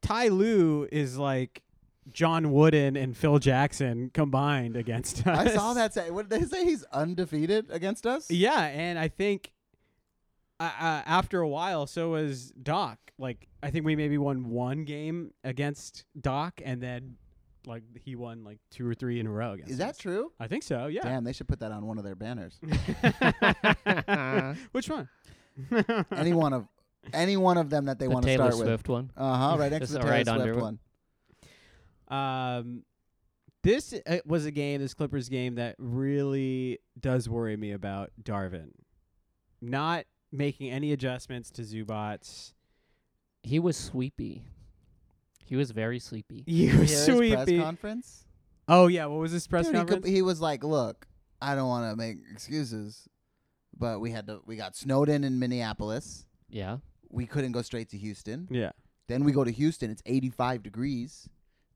Speaker 1: Ty Lue is like John Wooden and Phil Jackson combined against us.
Speaker 3: I saw that. Say, what did they say? He's undefeated against us.
Speaker 1: Yeah, and I think uh, uh, after a while, so was Doc. Like, I think we maybe won one game against Doc, and then like he won like two or three in a row against.
Speaker 3: Is that
Speaker 1: us.
Speaker 3: true?
Speaker 1: I think so. Yeah.
Speaker 3: Damn, they should put that on one of their banners.
Speaker 1: Which one?
Speaker 3: any one of, any one of them that they
Speaker 2: the
Speaker 3: want to
Speaker 2: Taylor
Speaker 3: start with.
Speaker 2: Swift one.
Speaker 3: Uh huh. Right next
Speaker 2: Just
Speaker 3: to the
Speaker 2: right
Speaker 3: Taylor Swift
Speaker 2: under it.
Speaker 3: one.
Speaker 1: Um, this uh, was a game, this Clippers game, that really does worry me about Darvin. Not making any adjustments to Zubats.
Speaker 2: He was sleepy. He was very sleepy.
Speaker 1: You
Speaker 3: Did you hear his press
Speaker 1: sweepy.
Speaker 3: conference.
Speaker 1: Oh yeah, what was this press
Speaker 3: Dude, he,
Speaker 1: conference?
Speaker 3: comp- he was like, "Look, I don't want to make excuses, but we had to. We got snowed in in Minneapolis.
Speaker 2: Yeah.
Speaker 3: We couldn't go straight to Houston.
Speaker 1: yeah.
Speaker 3: Then we go to Houston. It's 85 degrees.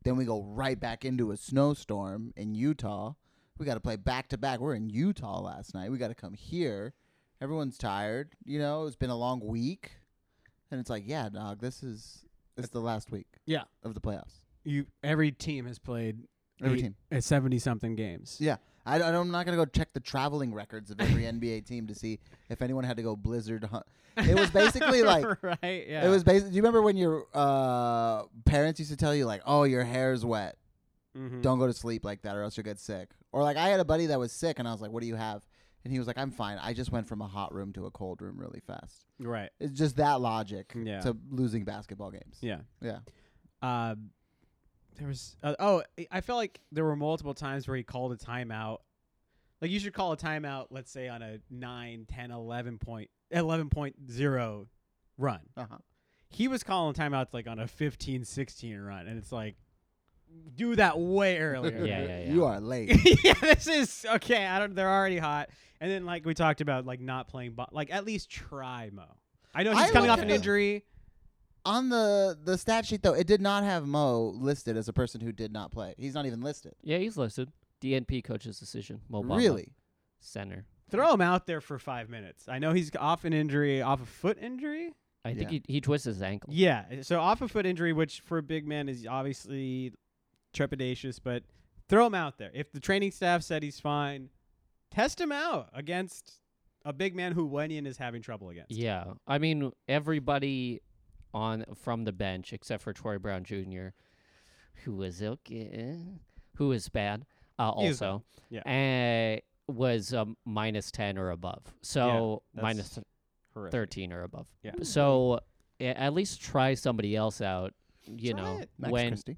Speaker 3: Then we go right back into a snowstorm in Utah. We got to play back to back. We're in Utah last night. We got to come here. Everyone's tired. You know, it's been a long week, and it's like, yeah, dog, this is it's the last week.
Speaker 1: Yeah.
Speaker 3: of the playoffs.
Speaker 1: You every team has played
Speaker 3: Every
Speaker 1: eight-
Speaker 3: team.
Speaker 1: uh, 70 something games.
Speaker 3: Yeah. I, I am not going to go check the traveling records of every NBA team to see if anyone had to go blizzard hunt. It was basically like
Speaker 1: right, yeah.
Speaker 3: it was basically do you remember when your uh, parents used to tell you like, "Oh, your hair's wet.
Speaker 2: Mm.
Speaker 1: Mhm.
Speaker 3: Don't go to sleep like that or else you'll get sick." Or like I had a buddy that was sick and I was like, "What do you have?" And he was like, "I'm fine. I just went from a hot room to a cold room really fast."
Speaker 1: right.
Speaker 3: It's just that logic
Speaker 1: Yeah.
Speaker 3: to losing basketball games.
Speaker 1: Yeah.
Speaker 3: Yeah.
Speaker 1: Um, there was uh, oh, I- I felt like there were multiple times where he called a timeout. Like you should call a timeout, let's say on a 9, 10, 11 point 11.0 run.
Speaker 3: Uh-huh.
Speaker 1: He was calling timeouts like on a 15, 16 run and it's like do that way earlier.
Speaker 2: Oh, Yeah, yeah, yeah.
Speaker 3: You are late.
Speaker 1: yeah, this is okay. I don't. They're already hot. And then like we talked about, like not playing, bo- like at least try Mo. I know he's
Speaker 3: I
Speaker 1: coming off
Speaker 3: looked
Speaker 1: an
Speaker 3: at-
Speaker 1: injury.
Speaker 3: On the the stat sheet though, it did not have Mo listed as a person who did not play. He's not even listed.
Speaker 2: Yeah, he's listed. DNP coach's decision. Mobile
Speaker 3: Really?
Speaker 2: Center.
Speaker 1: Throw him out there for five minutes. I know he's off an injury, off a foot injury.
Speaker 2: I think
Speaker 3: Yeah.
Speaker 2: he, he twists his ankle.
Speaker 1: Yeah, so off a foot injury, which for a big man is obviously trepidatious, but throw him out there. If the training staff said he's fine, test him out against a big man who Wenyan is having trouble against.
Speaker 2: Yeah. I mean, everybody on from the bench except for Troy Brown Jr., who was okay, who was bad, uh,
Speaker 1: He was
Speaker 2: also, yeah, uh, was um, minus ten or above. So minus
Speaker 1: that's Horrific.
Speaker 2: 13 or above.
Speaker 1: Yeah.
Speaker 2: So a- at least try somebody else out, you
Speaker 1: Try
Speaker 2: know,
Speaker 1: it.
Speaker 3: Max
Speaker 2: when,
Speaker 3: Christie.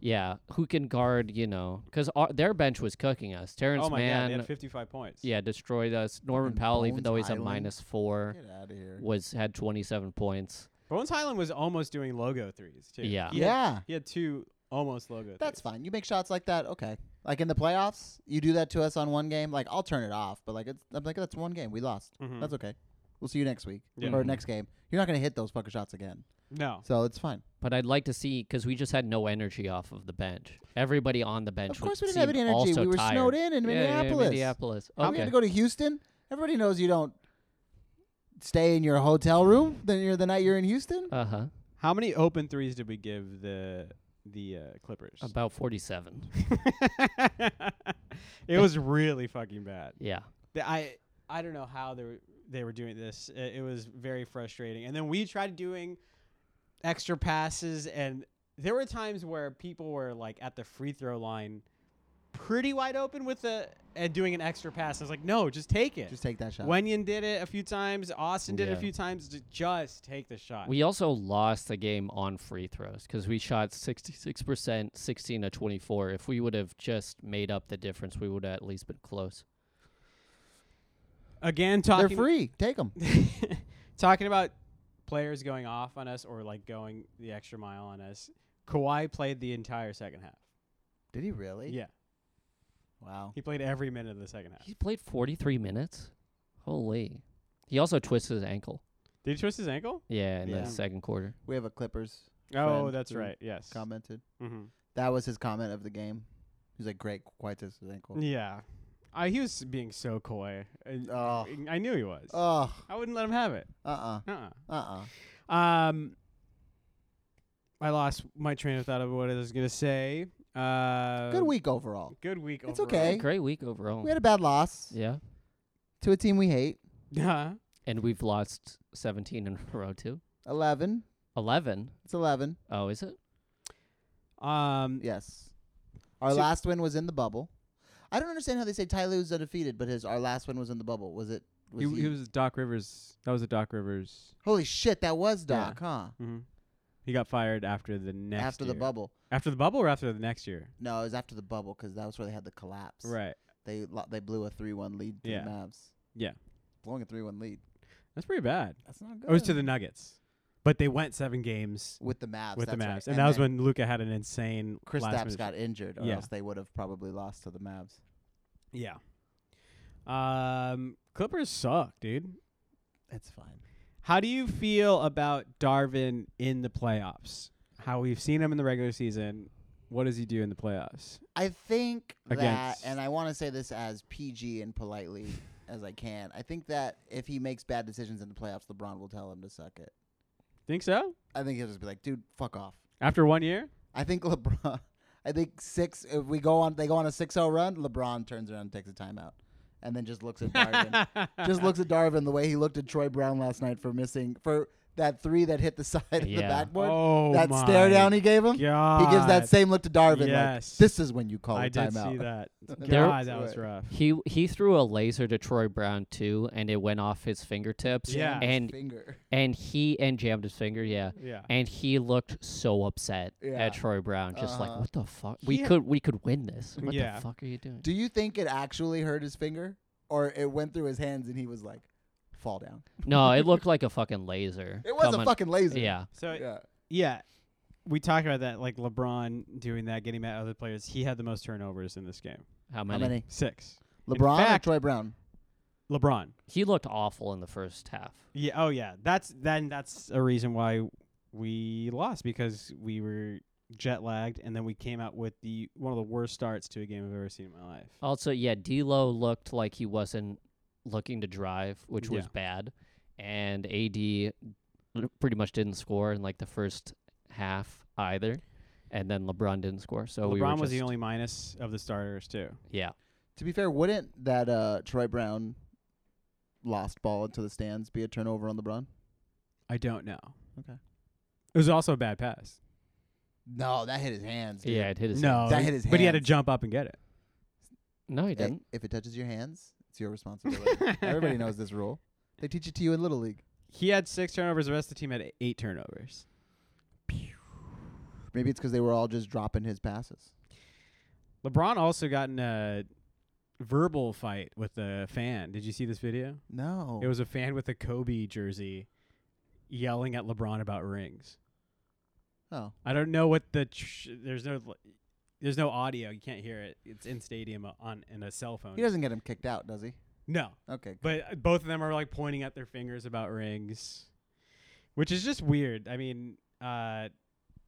Speaker 2: yeah, who can guard, you know, because their bench was cooking us. Terrence
Speaker 1: Oh my god, they
Speaker 2: Mann,
Speaker 1: had 55 points.
Speaker 2: yeah, destroyed us. Norman
Speaker 3: Fucking
Speaker 2: Powell, even
Speaker 3: Bones
Speaker 2: though he's a
Speaker 3: Highland.
Speaker 2: minus four,
Speaker 3: Get out of here.
Speaker 2: was had 27 points.
Speaker 1: Bones Highland was almost doing logo threes too.
Speaker 2: Yeah.
Speaker 1: he had,
Speaker 3: yeah.
Speaker 1: he had two almost logo.
Speaker 3: That's fine. You make shots like that, okay. Like in the playoffs, you do that to us on one game, like I'll turn it off, but like it's I'm like that's one game. We lost.
Speaker 1: fine.
Speaker 3: That's okay. We'll see you next week.
Speaker 1: Yeah.
Speaker 3: Or
Speaker 2: Mhm.
Speaker 3: next game. You're not gonna hit those fucking shots again.
Speaker 1: No.
Speaker 3: So it's fine.
Speaker 2: But I'd like to see because we just had no energy off of the bench. Everybody on the bench.
Speaker 3: Of course, we
Speaker 2: would
Speaker 3: didn't have any
Speaker 2: seem
Speaker 3: energy.
Speaker 2: also
Speaker 3: We were
Speaker 2: tired.
Speaker 3: snowed in in
Speaker 2: Yeah,
Speaker 3: Minneapolis.
Speaker 2: Yeah, Minneapolis.
Speaker 3: I'm going
Speaker 2: Okay.
Speaker 3: to go to Houston. Everybody knows you don't stay in your hotel room the, you're, the night you're in Houston.
Speaker 2: Uh huh.
Speaker 1: How many open threes did we give the the uh, Clippers?
Speaker 2: About forty-seven.
Speaker 1: it was really fucking bad.
Speaker 2: Yeah.
Speaker 1: The- I I don't know how they were, they were doing this. I- It, was very frustrating. And then we tried doing extra passes, and there were times where people were like at the free throw line, pretty wide open with the and doing an extra pass. I was like, no, just take it.
Speaker 3: Just take that shot.
Speaker 1: Wenyan did it a few times. Austin did it
Speaker 2: Yeah.
Speaker 1: a few times. Ju- Just take the shot.
Speaker 2: We also lost the game on free throws because we shot 66%, 16 to 24. If we would have just made up the difference, we would have at least been close.
Speaker 1: Again,
Speaker 3: They're
Speaker 1: talking
Speaker 3: free. Take them.
Speaker 1: talking about players going off on us or like going the extra mile on us. Kawhi played the entire second half.
Speaker 3: Did he really?
Speaker 1: Yeah,
Speaker 3: Wow.
Speaker 1: he played every minute of the second half.
Speaker 2: He played 43 minutes. Holy. He also twisted his ankle.
Speaker 1: Did he twist his ankle?
Speaker 2: Yeah, in
Speaker 1: Yeah.
Speaker 2: the second quarter.
Speaker 3: We have a Clippers
Speaker 1: Oh,
Speaker 3: Friend
Speaker 1: that's
Speaker 3: who
Speaker 1: right. Yes.
Speaker 3: commented.
Speaker 1: hmm
Speaker 3: That was his comment of the game. He's like, great, quite this ankle.
Speaker 1: Yeah, I he was being so coy. and
Speaker 3: Oh.
Speaker 1: I knew he was.
Speaker 3: Oh,
Speaker 1: I wouldn't let him have it.
Speaker 3: uh-uh,
Speaker 1: Uh-uh.
Speaker 3: uh-uh.
Speaker 1: Um, I lost my train of thought of what I was gonna say. Uh,
Speaker 3: Good week overall.
Speaker 1: Good week.
Speaker 3: It's
Speaker 1: overall.
Speaker 3: okay.
Speaker 2: Great week overall.
Speaker 3: We had a bad loss
Speaker 2: yeah.
Speaker 3: to a team we hate.
Speaker 1: Yeah.
Speaker 2: And we've lost 17 in a row, too.
Speaker 3: 11.
Speaker 2: 11.
Speaker 3: It's 11.
Speaker 2: Oh, is it?
Speaker 1: Um.
Speaker 3: Yes. Our
Speaker 1: So-
Speaker 3: last win was in the bubble. I don't understand how they say Ty Lue's undefeated, but his our last win was in the bubble. Was it? Was
Speaker 4: He, he was Doc Rivers. That was a Doc Rivers.
Speaker 3: Holy shit, that was Doc, huh?
Speaker 1: mhm. He got fired after the next.
Speaker 3: after the
Speaker 1: year.
Speaker 3: bubble.
Speaker 1: After the bubble or after the next year?
Speaker 3: No, it was after the bubble because that was where they had the collapse.
Speaker 1: Right.
Speaker 3: They lo- they blew a three-one lead to
Speaker 1: Yeah.
Speaker 3: the Mavs.
Speaker 1: Yeah.
Speaker 3: Blowing a three-one lead.
Speaker 1: That's pretty bad.
Speaker 3: That's not good.
Speaker 1: It was to the Nuggets. But they went seven games
Speaker 3: with the Mavs.
Speaker 1: with the
Speaker 3: that's
Speaker 1: Mavs.
Speaker 3: right.
Speaker 1: And, that was
Speaker 3: then
Speaker 1: when Luca had an insane
Speaker 3: Chris
Speaker 1: last
Speaker 3: Stapps
Speaker 1: minute-
Speaker 3: got injured, or
Speaker 1: Yeah.
Speaker 3: else they would have probably lost to the Mavs.
Speaker 1: Yeah. Um Clippers suck, dude.
Speaker 3: It's fine.
Speaker 1: How do you feel about Darvin in the playoffs? How we've seen him in the regular season. What does he do in the playoffs?
Speaker 3: I think that,
Speaker 1: Against-
Speaker 3: and I want to say this as PG and politely as I can. I think that if he makes bad decisions in the playoffs, LeBron will tell him to suck it.
Speaker 1: Think so?
Speaker 3: I think he'll just be like, "Dude, fuck off."
Speaker 1: After one year?
Speaker 3: I think LeBron. I think six. If we go on, they go on a 6-0 run. LeBron turns around and takes a timeout, and then just looks at Darvin. just looks at Darvin the way he looked at Troy Brown last night for missing for that three that hit the side of the
Speaker 2: Yeah.
Speaker 3: backboard.
Speaker 1: oh
Speaker 3: that
Speaker 1: my
Speaker 3: stare down he gave him.
Speaker 1: God.
Speaker 3: He gives that same look to Darvin.
Speaker 1: Yes.
Speaker 3: Like, this is when you call
Speaker 1: I
Speaker 3: a
Speaker 1: did
Speaker 3: timeout.
Speaker 1: see that.
Speaker 2: There-
Speaker 1: God, that was rough.
Speaker 2: He he threw a laser to Troy Brown too, and it went off his fingertips.
Speaker 1: Yeah.
Speaker 2: and
Speaker 3: finger.
Speaker 2: and he and jammed his finger. Yeah,
Speaker 1: Yeah.
Speaker 2: and he looked so upset
Speaker 3: Yeah.
Speaker 2: at Troy Brown, just like
Speaker 3: Uh-huh.
Speaker 2: what the fuck? We
Speaker 1: He ha-
Speaker 2: could we could win this. What
Speaker 1: Yeah.
Speaker 2: the fuck are you doing?
Speaker 3: Do you think it actually hurt his finger, or it went through his hands and he was like, fall down?
Speaker 2: no, it looked like a fucking laser.
Speaker 3: It was
Speaker 2: coming-
Speaker 3: a fucking laser.
Speaker 2: Yeah,
Speaker 1: So
Speaker 3: Yeah.
Speaker 1: Yeah. We talked about that, like LeBron doing that, getting at other players. He had the most turnovers in this game.
Speaker 2: how
Speaker 3: How
Speaker 2: many?
Speaker 3: many?
Speaker 1: Six.
Speaker 3: LeBron
Speaker 1: fact-
Speaker 3: or Troy Brown?
Speaker 1: LeBron.
Speaker 2: He looked awful in the first half.
Speaker 1: Yeah. Oh yeah. That's then that's a reason why we lost because we were jet lagged and then we came out with the one of the worst starts to a game I've ever seen in my life.
Speaker 2: Also, yeah, D'Lo looked like he wasn't looking to drive, which was
Speaker 1: Yeah.
Speaker 2: bad, and AD l- pretty much didn't score in like the first half either, and then LeBron didn't score. So
Speaker 1: LeBron
Speaker 2: we were
Speaker 1: was the
Speaker 2: just-
Speaker 1: only minus of the starters too.
Speaker 2: Yeah,
Speaker 3: To be fair, wouldn't that uh, Troy Brown lost ball into the stands be a turnover on LeBron?
Speaker 1: I don't know.
Speaker 3: Okay.
Speaker 1: It was also a bad pass.
Speaker 3: No, that hit his hands. Dude.
Speaker 2: yeah, it hit his
Speaker 1: no,
Speaker 2: hands.
Speaker 3: That hit his
Speaker 1: but he had to
Speaker 3: hands.
Speaker 1: jump up and get it.
Speaker 2: No, he
Speaker 3: Hey,
Speaker 2: didn't.
Speaker 3: if it touches your hands, it's your responsibility. Everybody knows this rule. They teach it to you in Little League.
Speaker 1: He had six turnovers. The rest of the team had eight turnovers.
Speaker 3: Maybe it's because they were all just dropping his passes.
Speaker 1: LeBron also got in a verbal fight with a fan. Did you see this video?
Speaker 3: No.
Speaker 1: It was a fan with a Kobe jersey yelling at LeBron about rings.
Speaker 3: oh.
Speaker 1: I don't know what the tr- there's no there's no audio. You can't hear it. It's in stadium uh, on in a cell phone.
Speaker 3: He doesn't get him kicked out, does he?
Speaker 1: No,
Speaker 3: Okay.
Speaker 1: uh, but both of them are like pointing at their fingers about rings. which is just weird. I mean, uh,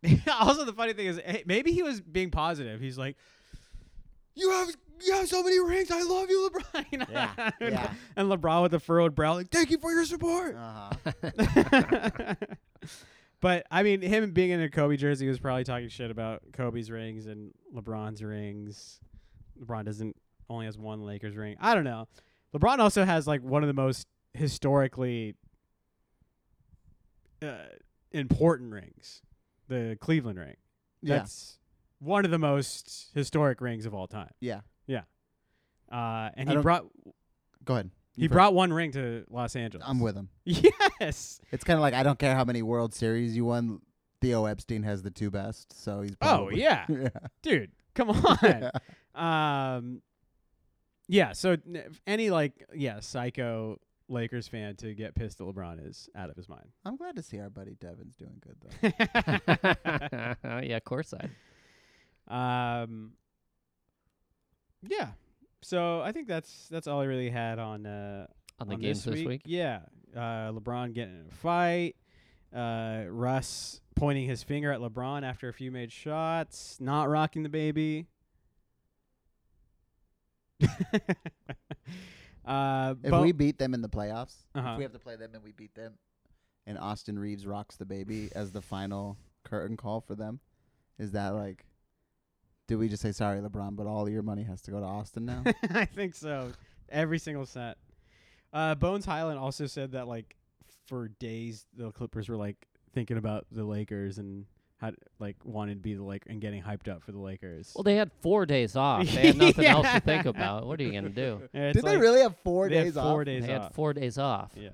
Speaker 1: also the funny thing is eh, maybe he was being positive. He's like, "You have you have so many rings. I love you, LeBron." You know?
Speaker 3: Yeah,
Speaker 1: and,
Speaker 3: yeah.
Speaker 1: and LeBron with a furrowed brow, like, "Thank you for your support."
Speaker 3: Uh-huh.
Speaker 1: but I mean, him being in a Kobe jersey was probably talking shit about Kobe's rings and LeBron's rings. LeBron doesn't only has one Lakers ring. I don't know. LeBron also has like one of the most historically uh, important rings, the Cleveland ring.
Speaker 3: yeah.
Speaker 1: That's one of the most historic rings of all time.
Speaker 3: Yeah.
Speaker 1: Uh, and
Speaker 3: I
Speaker 1: he
Speaker 3: don't-
Speaker 1: brought
Speaker 3: Go ahead.
Speaker 1: he brought one ring to Los Angeles.
Speaker 3: I'm with him.
Speaker 1: Yes.
Speaker 3: It's kind of like I don't care how many World Series you won. Theo Epstein has the two best, so he's.
Speaker 1: Oh
Speaker 3: Probably
Speaker 1: yeah.
Speaker 3: yeah.
Speaker 1: dude come on um yeah so n- if any like yeah psycho lakers fan to get pissed at lebron is out of his mind
Speaker 3: I'm glad to see our buddy Devin's doing good though.
Speaker 2: yeah, of course I.
Speaker 1: um yeah so i think that's that's all i really had on uh
Speaker 2: On the games this week.
Speaker 1: yeah uh lebron getting in a fight uh russ pointing his finger at lebron after a few made shots not rocking the baby uh
Speaker 3: If
Speaker 1: Bo-
Speaker 3: we beat them in the playoffs,
Speaker 1: Uh-huh.
Speaker 3: if we have to play them and we beat them, and Austin Reeves rocks the baby as the final curtain call for them, is that like, do we just say sorry, LeBron, but all your money has to go to Austin now?
Speaker 1: I think so. Every single set. Uh, Bones Highland also said that like for days the Clippers were like thinking about the Lakers and had like wanted to be the Lakers and getting hyped up for the Lakers.
Speaker 2: Well, they had four days off. They had nothing else to think
Speaker 1: Yeah.
Speaker 2: about. What are you gonna do?
Speaker 1: Yeah, it's
Speaker 3: Did they
Speaker 1: like-
Speaker 3: really have four
Speaker 1: they had
Speaker 3: days
Speaker 1: Four
Speaker 3: off?
Speaker 1: days
Speaker 2: they
Speaker 1: off.
Speaker 2: had four days off.
Speaker 1: Yeah,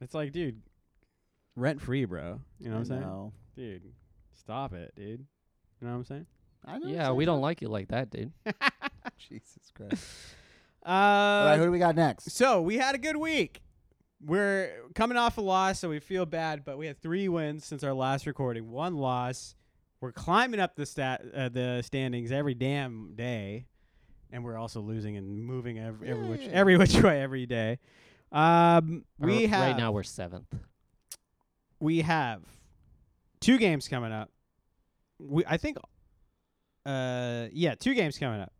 Speaker 1: it's like, dude, rent free, bro. You know what I'm
Speaker 3: I
Speaker 1: saying,
Speaker 3: know.
Speaker 1: dude? Stop it, dude. You know what I'm saying?
Speaker 3: I know what
Speaker 2: Yeah,
Speaker 3: you're
Speaker 2: we
Speaker 3: saying.
Speaker 2: don't like you like that, dude.
Speaker 3: Jesus Christ. all right, who
Speaker 1: Uh,
Speaker 3: do we got next?
Speaker 1: so we had a good week. We're coming off a loss, so we feel bad, but we had three wins since our last recording. One loss. We're climbing up the stat uh, the standings every damn day, and we're also losing and moving every, every which
Speaker 3: Yeah.
Speaker 1: every which way every day. Um, we
Speaker 2: R-
Speaker 1: have
Speaker 2: right now we're seventh.
Speaker 1: we have two games coming up. We I think uh yeah, two games coming up.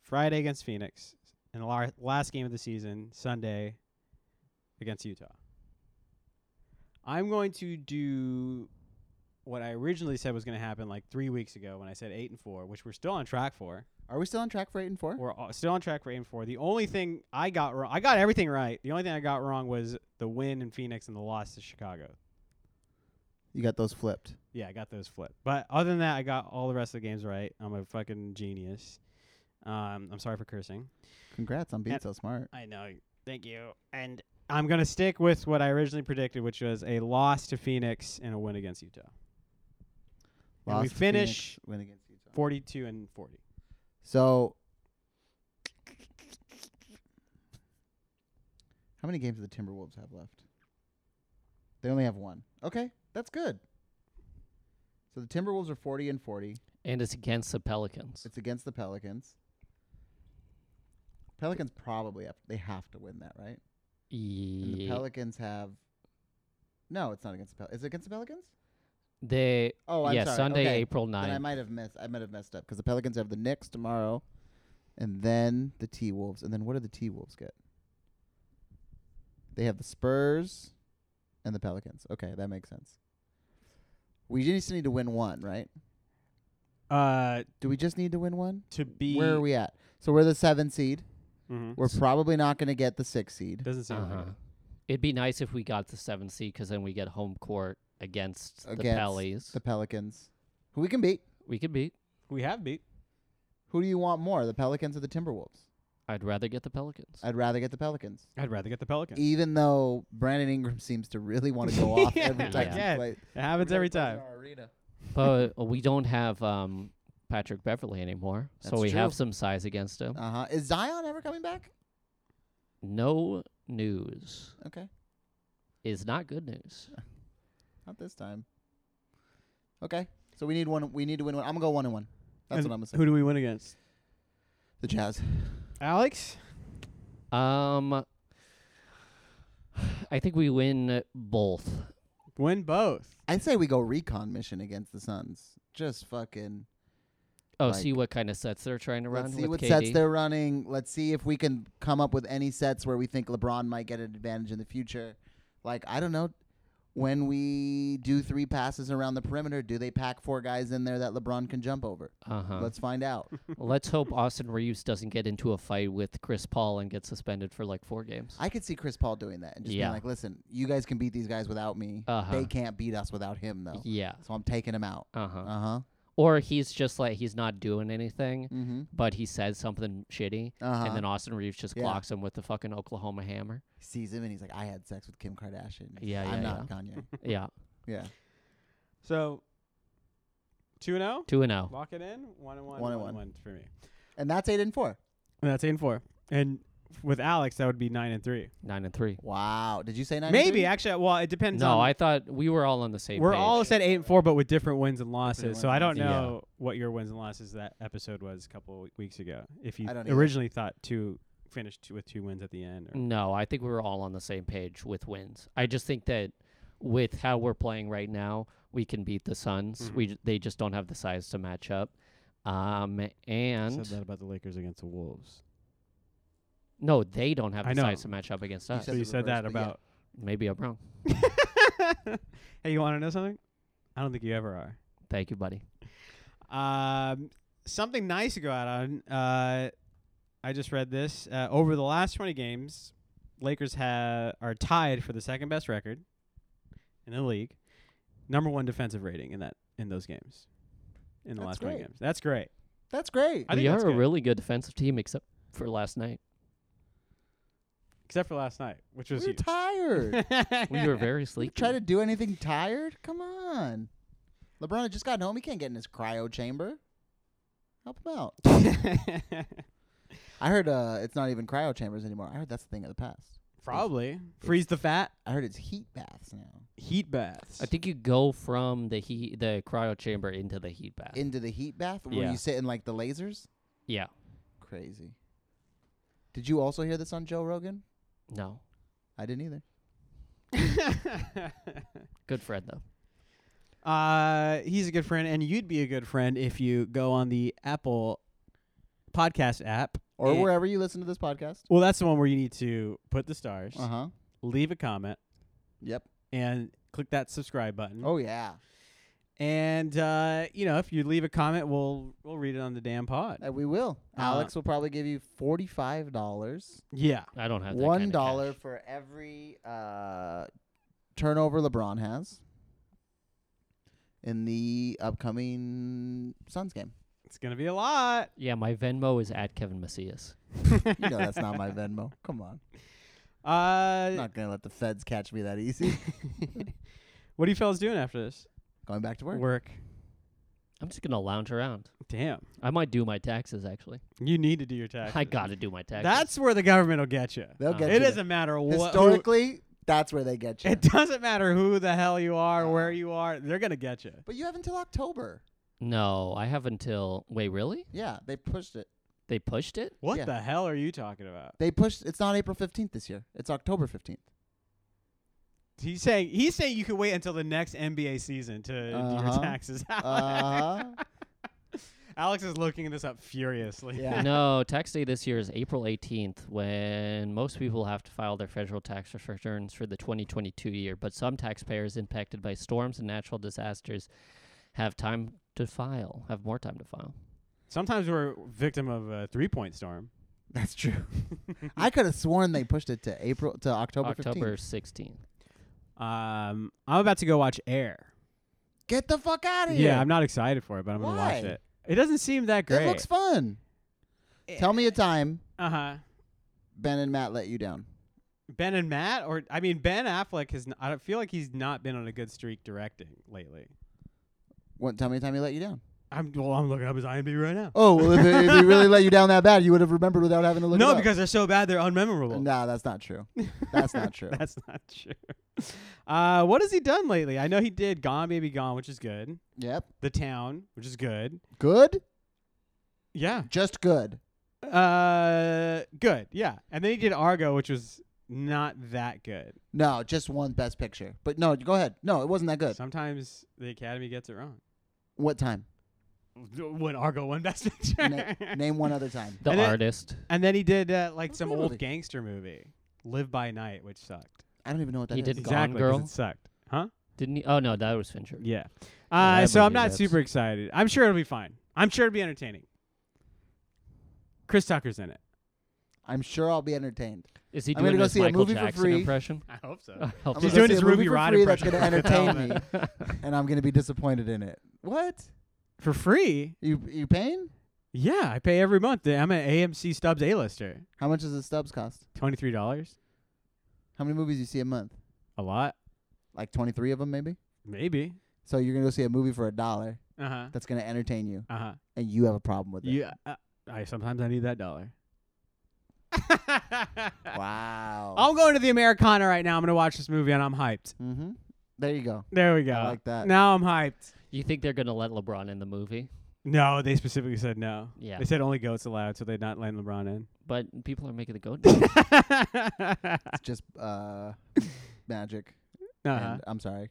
Speaker 1: Friday against Phoenix and the lar- last game of the season, Sunday against Utah. I'm going to do what I originally said was going to happen like 3 weeks ago when I said 8 and 4, which we're still on track for.
Speaker 3: Are we still on track for eight and four?
Speaker 1: We're all- still on track for 8 and 4. The only thing I got wrong, I got everything right. The only thing I got wrong was the win in Phoenix and the loss to Chicago.
Speaker 3: You got those flipped.
Speaker 1: Yeah, I got those flipped. But other than that, I got all the rest of the games right. I'm a fucking genius. Um, I'm sorry for cursing.
Speaker 3: Congrats on being
Speaker 1: And-
Speaker 3: so smart.
Speaker 1: I know. Thank you. And I'm gonna stick with what I originally predicted, which was a loss to Phoenix and a win against Utah. And
Speaker 3: Lost
Speaker 1: we
Speaker 3: to Phoenix,
Speaker 1: finish
Speaker 3: win against Utah.
Speaker 1: 42 and 40.
Speaker 3: So, how many games do the Timberwolves have left? They only have one. Okay, that's good. So the Timberwolves are 40 and 40.
Speaker 2: And it's against the Pelicans.
Speaker 3: It's against the Pelicans. Pelicans probably have, they have to win that, right? And the
Speaker 2: Ye-
Speaker 3: Pelicans have No, it's not against the Pelicans. Is it against the Pelicans?
Speaker 2: they
Speaker 3: Oh, I'm
Speaker 2: yeah,
Speaker 3: sorry.
Speaker 2: Sunday,
Speaker 3: okay.
Speaker 2: April
Speaker 3: Then I
Speaker 2: 9th.
Speaker 3: might have missed. I might have messed up because the Pelicans have the Knicks tomorrow, and then the T Wolves, and then what do the T Wolves get? They have the Spurs, and the Pelicans. Okay, that makes sense. We just need to win one, right?
Speaker 1: Uh,
Speaker 3: Do we just need to win one?
Speaker 1: to be
Speaker 3: Where are we at? So we're the seven seed.
Speaker 1: Mhm.
Speaker 3: We're probably not going to get the six seed
Speaker 1: Doesn't seem
Speaker 2: Uh-huh.
Speaker 1: like it.
Speaker 2: It'd be nice if we got the seventh seed because then we get home court against, the
Speaker 3: Against
Speaker 2: Pellies.
Speaker 3: the Pelicans, who we can beat.
Speaker 2: we could beat.
Speaker 1: We have beat.
Speaker 3: Who do you want more, the Pelicans or the Timberwolves?
Speaker 2: I'd rather get the Pelicans.
Speaker 3: I'd rather get the Pelicans.
Speaker 1: I'd rather get the Pelicans.
Speaker 3: even though Brandon Ingram seems to really want to go off every
Speaker 1: Yeah.
Speaker 3: time
Speaker 1: Yeah.
Speaker 3: he plays.
Speaker 1: it happens every time.
Speaker 2: but we don't have um, Patrick Beverly anymore, so
Speaker 3: That's
Speaker 2: we have
Speaker 3: true.
Speaker 2: some size against him.
Speaker 3: Uh huh. Is Zion ever coming back?
Speaker 2: No news
Speaker 3: Okay,
Speaker 2: is not good news.
Speaker 3: not this time. Okay, so we need one. We need to win one. I'm gonna go one and one. That's
Speaker 1: And
Speaker 3: what I'm gonna say.
Speaker 1: Who do we win against?
Speaker 3: the Jazz.
Speaker 1: Alex?
Speaker 2: Uh, Um, I think we win both.
Speaker 1: Win both.
Speaker 3: I'd say we go recon mission against the Suns. Just fucking.
Speaker 2: Oh,
Speaker 3: Like-
Speaker 2: see what kind of sets they're trying to run.
Speaker 3: Let's see
Speaker 2: with
Speaker 3: what
Speaker 2: KD.
Speaker 3: sets they're running. Let's see if we can come up with any sets where we think LeBron might get an advantage in the future. Like I don't know, when we do three passes around the perimeter, do they pack four guys in there that LeBron can jump over?
Speaker 2: Uh-huh. Let's,
Speaker 3: Let's find out.
Speaker 2: Let's hope Austin Reeves doesn't get into a fight with Chris Paul and get suspended for like four games.
Speaker 3: I could see Chris Paul doing that and just
Speaker 2: Yeah.
Speaker 3: being like, "Listen, you guys can beat these guys without me.
Speaker 2: Uh-huh.
Speaker 3: They can't beat us without him, though.
Speaker 2: yeah.
Speaker 3: So I'm taking him out."
Speaker 2: Uh-huh.
Speaker 3: Uh huh.
Speaker 2: Or he's just like he's not doing anything,
Speaker 3: Mm-hmm.
Speaker 2: but he says something shitty,
Speaker 3: Uh huh.
Speaker 2: and then Austin Reeves just
Speaker 3: Yeah.
Speaker 2: clocks him with the fucking Oklahoma hammer.
Speaker 3: sees him and he's like, "I had sex with Kim Kardashian.
Speaker 2: Yeah,
Speaker 3: I'm
Speaker 2: yeah,
Speaker 3: not Kanye.
Speaker 2: yeah.
Speaker 3: Yeah,
Speaker 1: So, 2 and 0.
Speaker 2: Two and oh, zero.
Speaker 1: Lock it in. 1 and 1.
Speaker 3: One and one.
Speaker 1: 1 for me.
Speaker 3: and that's eight and four.
Speaker 1: And that's 8 and 4. And with Alex, that would be 9 and 3.
Speaker 2: Nine and three.
Speaker 3: Wow. Did you say nine? and
Speaker 1: Maybe,
Speaker 3: three?
Speaker 1: actually. Well, it depends
Speaker 2: No,
Speaker 1: on.
Speaker 2: I thought we were all on the same
Speaker 1: we're
Speaker 2: page.
Speaker 1: all said 8 and 4, but with different wins and losses.
Speaker 3: Different
Speaker 1: so
Speaker 3: wins
Speaker 1: I
Speaker 3: and
Speaker 1: don't
Speaker 2: losses. Yeah.
Speaker 1: know what your wins and losses that episode was a couple of weeks ago. If you
Speaker 3: I don't either.
Speaker 1: originally thought two finished two, with two wins at the end. Or,
Speaker 2: No, I think we were all on the same page with wins. I just think that with how we're playing right now, we can beat the Suns.
Speaker 1: Mhm.
Speaker 2: We j- they just don't have the size to match up. Um
Speaker 1: said
Speaker 2: and
Speaker 1: that about the Lakers against the Wolves.
Speaker 2: no, they don't have
Speaker 1: I
Speaker 2: the
Speaker 1: know.
Speaker 2: size to match up against
Speaker 3: You
Speaker 2: us.
Speaker 1: So
Speaker 3: Said
Speaker 1: you
Speaker 3: the
Speaker 1: said that
Speaker 3: reverse, but yeah.
Speaker 1: about.
Speaker 2: Maybe I'm wrong.
Speaker 1: hey, you want to know something? I don't think you ever are.
Speaker 2: Thank you, buddy.
Speaker 1: Um, something nice to go out on. Uh, I just read this. Uh, over the last 20 games, Lakers ha- are tied for the second best record in the league, number one defensive rating in that in those games. In the
Speaker 3: That's
Speaker 1: last 20
Speaker 3: great.
Speaker 1: games, that's great.
Speaker 3: That's great.
Speaker 1: I
Speaker 2: we
Speaker 1: think
Speaker 2: are
Speaker 1: that's
Speaker 2: a
Speaker 1: good.
Speaker 2: really good defensive team except for last night.
Speaker 1: Except for last night, which was
Speaker 3: we were
Speaker 1: huge.
Speaker 3: tired.
Speaker 2: We were very
Speaker 3: we
Speaker 2: sleepy.
Speaker 3: try to do anything tired. Come on. LeBron had just gotten home. He can't get in his cryo chamber. Help him out. I heard uh, it's not even cryo chambers anymore. I heard that's the thing of the past.
Speaker 1: Probably freeze the fat,
Speaker 3: I heard it's heat baths now.
Speaker 1: heat baths.
Speaker 2: I think you go from the heat the cryo chamber into the heat bath.
Speaker 3: Into the heat bath where
Speaker 2: Yeah.
Speaker 3: you sit in like the lasers.
Speaker 2: yeah.
Speaker 3: Crazy. Did you also hear this on Joe Rogan?
Speaker 2: No.
Speaker 3: I didn't either.
Speaker 2: Good friend though.
Speaker 1: Uh, he's a good friend, and you'd be a good friend if you go on the Apple podcast app.
Speaker 3: Or
Speaker 1: Eh.
Speaker 3: wherever you listen to this podcast.
Speaker 1: Well, that's the one where you need to put the stars,
Speaker 3: Uh
Speaker 2: Uh-huh.
Speaker 3: huh.
Speaker 1: leave a comment,
Speaker 3: Yep.
Speaker 1: and click that subscribe button.
Speaker 3: Oh yeah.
Speaker 1: And uh, you know, if you leave a comment, we'll we'll read it on the damn pod.
Speaker 3: Uh, we will.
Speaker 1: Uh,
Speaker 2: Uh-huh.
Speaker 3: Alex will probably give you forty five dollars.
Speaker 1: yeah.
Speaker 2: I don't have that
Speaker 3: One
Speaker 2: kinda
Speaker 3: dollar
Speaker 2: cash.
Speaker 3: for every uh, turnover LeBron has in the upcoming Suns game.
Speaker 1: It's gonna be a lot.
Speaker 2: Yeah, my Venmo is at Kevin Macias.
Speaker 3: You know that's not my Venmo. Come on. I'm
Speaker 1: Uh,
Speaker 3: not gonna let the feds catch me that easy.
Speaker 1: what are you fellas doing after this?
Speaker 3: Going back to work.
Speaker 2: I'm just gonna lounge around.
Speaker 1: Damn.
Speaker 2: I might do my taxes actually.
Speaker 1: You need to do your taxes.
Speaker 2: I gotta do my taxes.
Speaker 1: That's where the government will get you.
Speaker 3: They'll
Speaker 2: Uh,
Speaker 3: get
Speaker 1: It
Speaker 3: you.
Speaker 1: doesn't matter what who-
Speaker 3: Historically, that's where they get you.
Speaker 1: It doesn't matter who the hell you are,
Speaker 3: Uh-huh.
Speaker 1: where you are, they're gonna get you.
Speaker 3: but you have until October.
Speaker 2: no. I have until wait, really?
Speaker 3: Yeah, they pushed it.
Speaker 2: They pushed it.
Speaker 1: What
Speaker 3: Yeah.
Speaker 1: the hell are you talking about?
Speaker 3: They pushed. It's not April fifteenth this year. It's October fifteenth.
Speaker 1: He's saying he's saying you can wait until the next NBA season to do
Speaker 3: Uh-huh.
Speaker 1: your taxes.
Speaker 3: Uh,
Speaker 1: Alex is looking this up furiously.
Speaker 3: Yeah.
Speaker 2: no, tax day this year is April 18th, when most people have to file their federal tax returns for the 2022 year. But some taxpayers impacted by storms and natural disasters have time to file, have more time to file.
Speaker 1: Sometimes we're victim of a three point storm.
Speaker 3: that's true. I could have sworn they pushed it to April to October.
Speaker 2: October
Speaker 3: 15th.
Speaker 2: 16th.
Speaker 1: Um, I'm about to go watch Air.
Speaker 3: Get the fuck out of here.
Speaker 1: Yeah, I'm not excited for it, but I'm gonna watch
Speaker 3: Why?
Speaker 1: it. It doesn't seem that
Speaker 3: It
Speaker 1: great.
Speaker 3: looks fun. Tell me a time
Speaker 1: Uh huh.
Speaker 3: Ben and Matt let you down.
Speaker 1: Ben and Matt, or I mean Ben Affleck has. N- I don't feel like he's not been on a good streak directing lately.
Speaker 3: What? Tell me a time he let you down.
Speaker 1: I'm well. I'm looking up his IMDb right now.
Speaker 3: Oh, well, if, if he really let you down that bad, you would have remembered without having to look.
Speaker 1: no,
Speaker 3: it up.
Speaker 1: because they're so bad, they're unmemorable.
Speaker 3: Nah, that's not true. That's not true.
Speaker 1: That's not true. Uh, what has he done lately? I know he did Gone Baby Gone, which is good.
Speaker 3: Yep.
Speaker 1: The Town, which is good.
Speaker 3: Good.
Speaker 1: Yeah.
Speaker 3: Just good.
Speaker 1: Uh, good. Yeah. And then he did Argo, which was not that good.
Speaker 3: No, just one Best Picture. But no, go ahead. No, it wasn't that good.
Speaker 1: Sometimes the Academy gets it wrong.
Speaker 3: What time?
Speaker 1: When Argo won Best Picture,
Speaker 3: Na- name one other time.
Speaker 2: The
Speaker 1: And it-
Speaker 2: artist.
Speaker 1: and then he did uh, like
Speaker 3: What's
Speaker 1: some
Speaker 3: that
Speaker 1: old
Speaker 3: movie?
Speaker 1: gangster movie, Live by Night, which sucked.
Speaker 3: I don't even know what that
Speaker 2: He
Speaker 3: is.
Speaker 2: did Gone
Speaker 1: exactly, 'cause
Speaker 2: Girl?
Speaker 1: it sucked, huh?
Speaker 2: Didn't he? Oh no, that was Fincher.
Speaker 1: Yeah.
Speaker 2: Yeah,
Speaker 1: Uh,
Speaker 2: that
Speaker 1: so I'm
Speaker 2: movie
Speaker 1: not
Speaker 2: that's-
Speaker 1: super excited. I'm sure it'll be fine. I'm sure it'll be entertaining. Chris Tucker's in it.
Speaker 3: I'm sure I'll be entertained.
Speaker 2: Is he
Speaker 3: I'm
Speaker 2: doing
Speaker 3: gonna go
Speaker 2: his
Speaker 3: see a
Speaker 2: Michael
Speaker 3: movie for
Speaker 2: Jackson
Speaker 3: free.
Speaker 2: impression?
Speaker 1: I hope so.
Speaker 2: I hope
Speaker 3: I'm
Speaker 1: He's
Speaker 3: gonna
Speaker 2: so.
Speaker 1: doing
Speaker 3: see
Speaker 1: his
Speaker 3: a movie
Speaker 1: Ruby
Speaker 3: for
Speaker 1: Rod
Speaker 3: free that's
Speaker 1: impression.
Speaker 3: gonna entertain me,
Speaker 2: That's
Speaker 3: and I'm going to be disappointed in it. What?
Speaker 1: For free?
Speaker 3: You you paying?
Speaker 1: Yeah, I pay every month. I'm an AMC Stubbs A-lister.
Speaker 3: How much does the stubs cost?
Speaker 1: Twenty three dollars.
Speaker 3: How many movies you see a month?
Speaker 1: A lot,
Speaker 3: Like 23 of them, maybe.
Speaker 1: maybe.
Speaker 3: So you're going to go see a movie for a dollar
Speaker 1: Uh huh.
Speaker 3: that's going to entertain you,
Speaker 1: Uh huh.
Speaker 3: and you have a problem with it.
Speaker 1: Yeah. Uh, I sometimes I need that dollar.
Speaker 3: Wow.
Speaker 1: I'm going to the Americana right now. I'm going to watch this movie and I'm hyped.
Speaker 3: Mm-hmm. There you go.
Speaker 1: There we go.
Speaker 3: I like that.
Speaker 1: Now I'm hyped.
Speaker 2: You think they're gonna let LeBron in the movie?
Speaker 1: No, they specifically said no.
Speaker 2: Yeah,
Speaker 1: They said only goats allowed, so they'd not let LeBron in.
Speaker 2: but people are making the goat.
Speaker 1: uh-huh.
Speaker 3: Just uh, magic. And, uh, I'm sorry,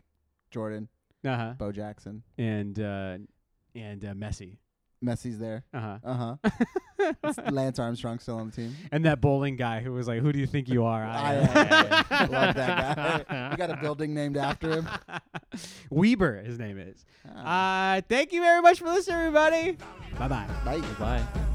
Speaker 3: Jordan,
Speaker 1: Uh-huh.
Speaker 3: Bo Jackson,
Speaker 1: And uh and uh, Messi.
Speaker 3: Messi's there.
Speaker 1: Uh-huh.
Speaker 3: Uh huh. Lance Armstrong still on the team.
Speaker 1: And that bowling guy who was like, "Who do you think you are?" uh,
Speaker 3: I am. I love that guy. We got a building named after him.
Speaker 1: Weber, his name is.
Speaker 3: Ah,
Speaker 1: Uh, thank you very much for listening, everybody. Bye bye.
Speaker 3: bye.
Speaker 2: Bye.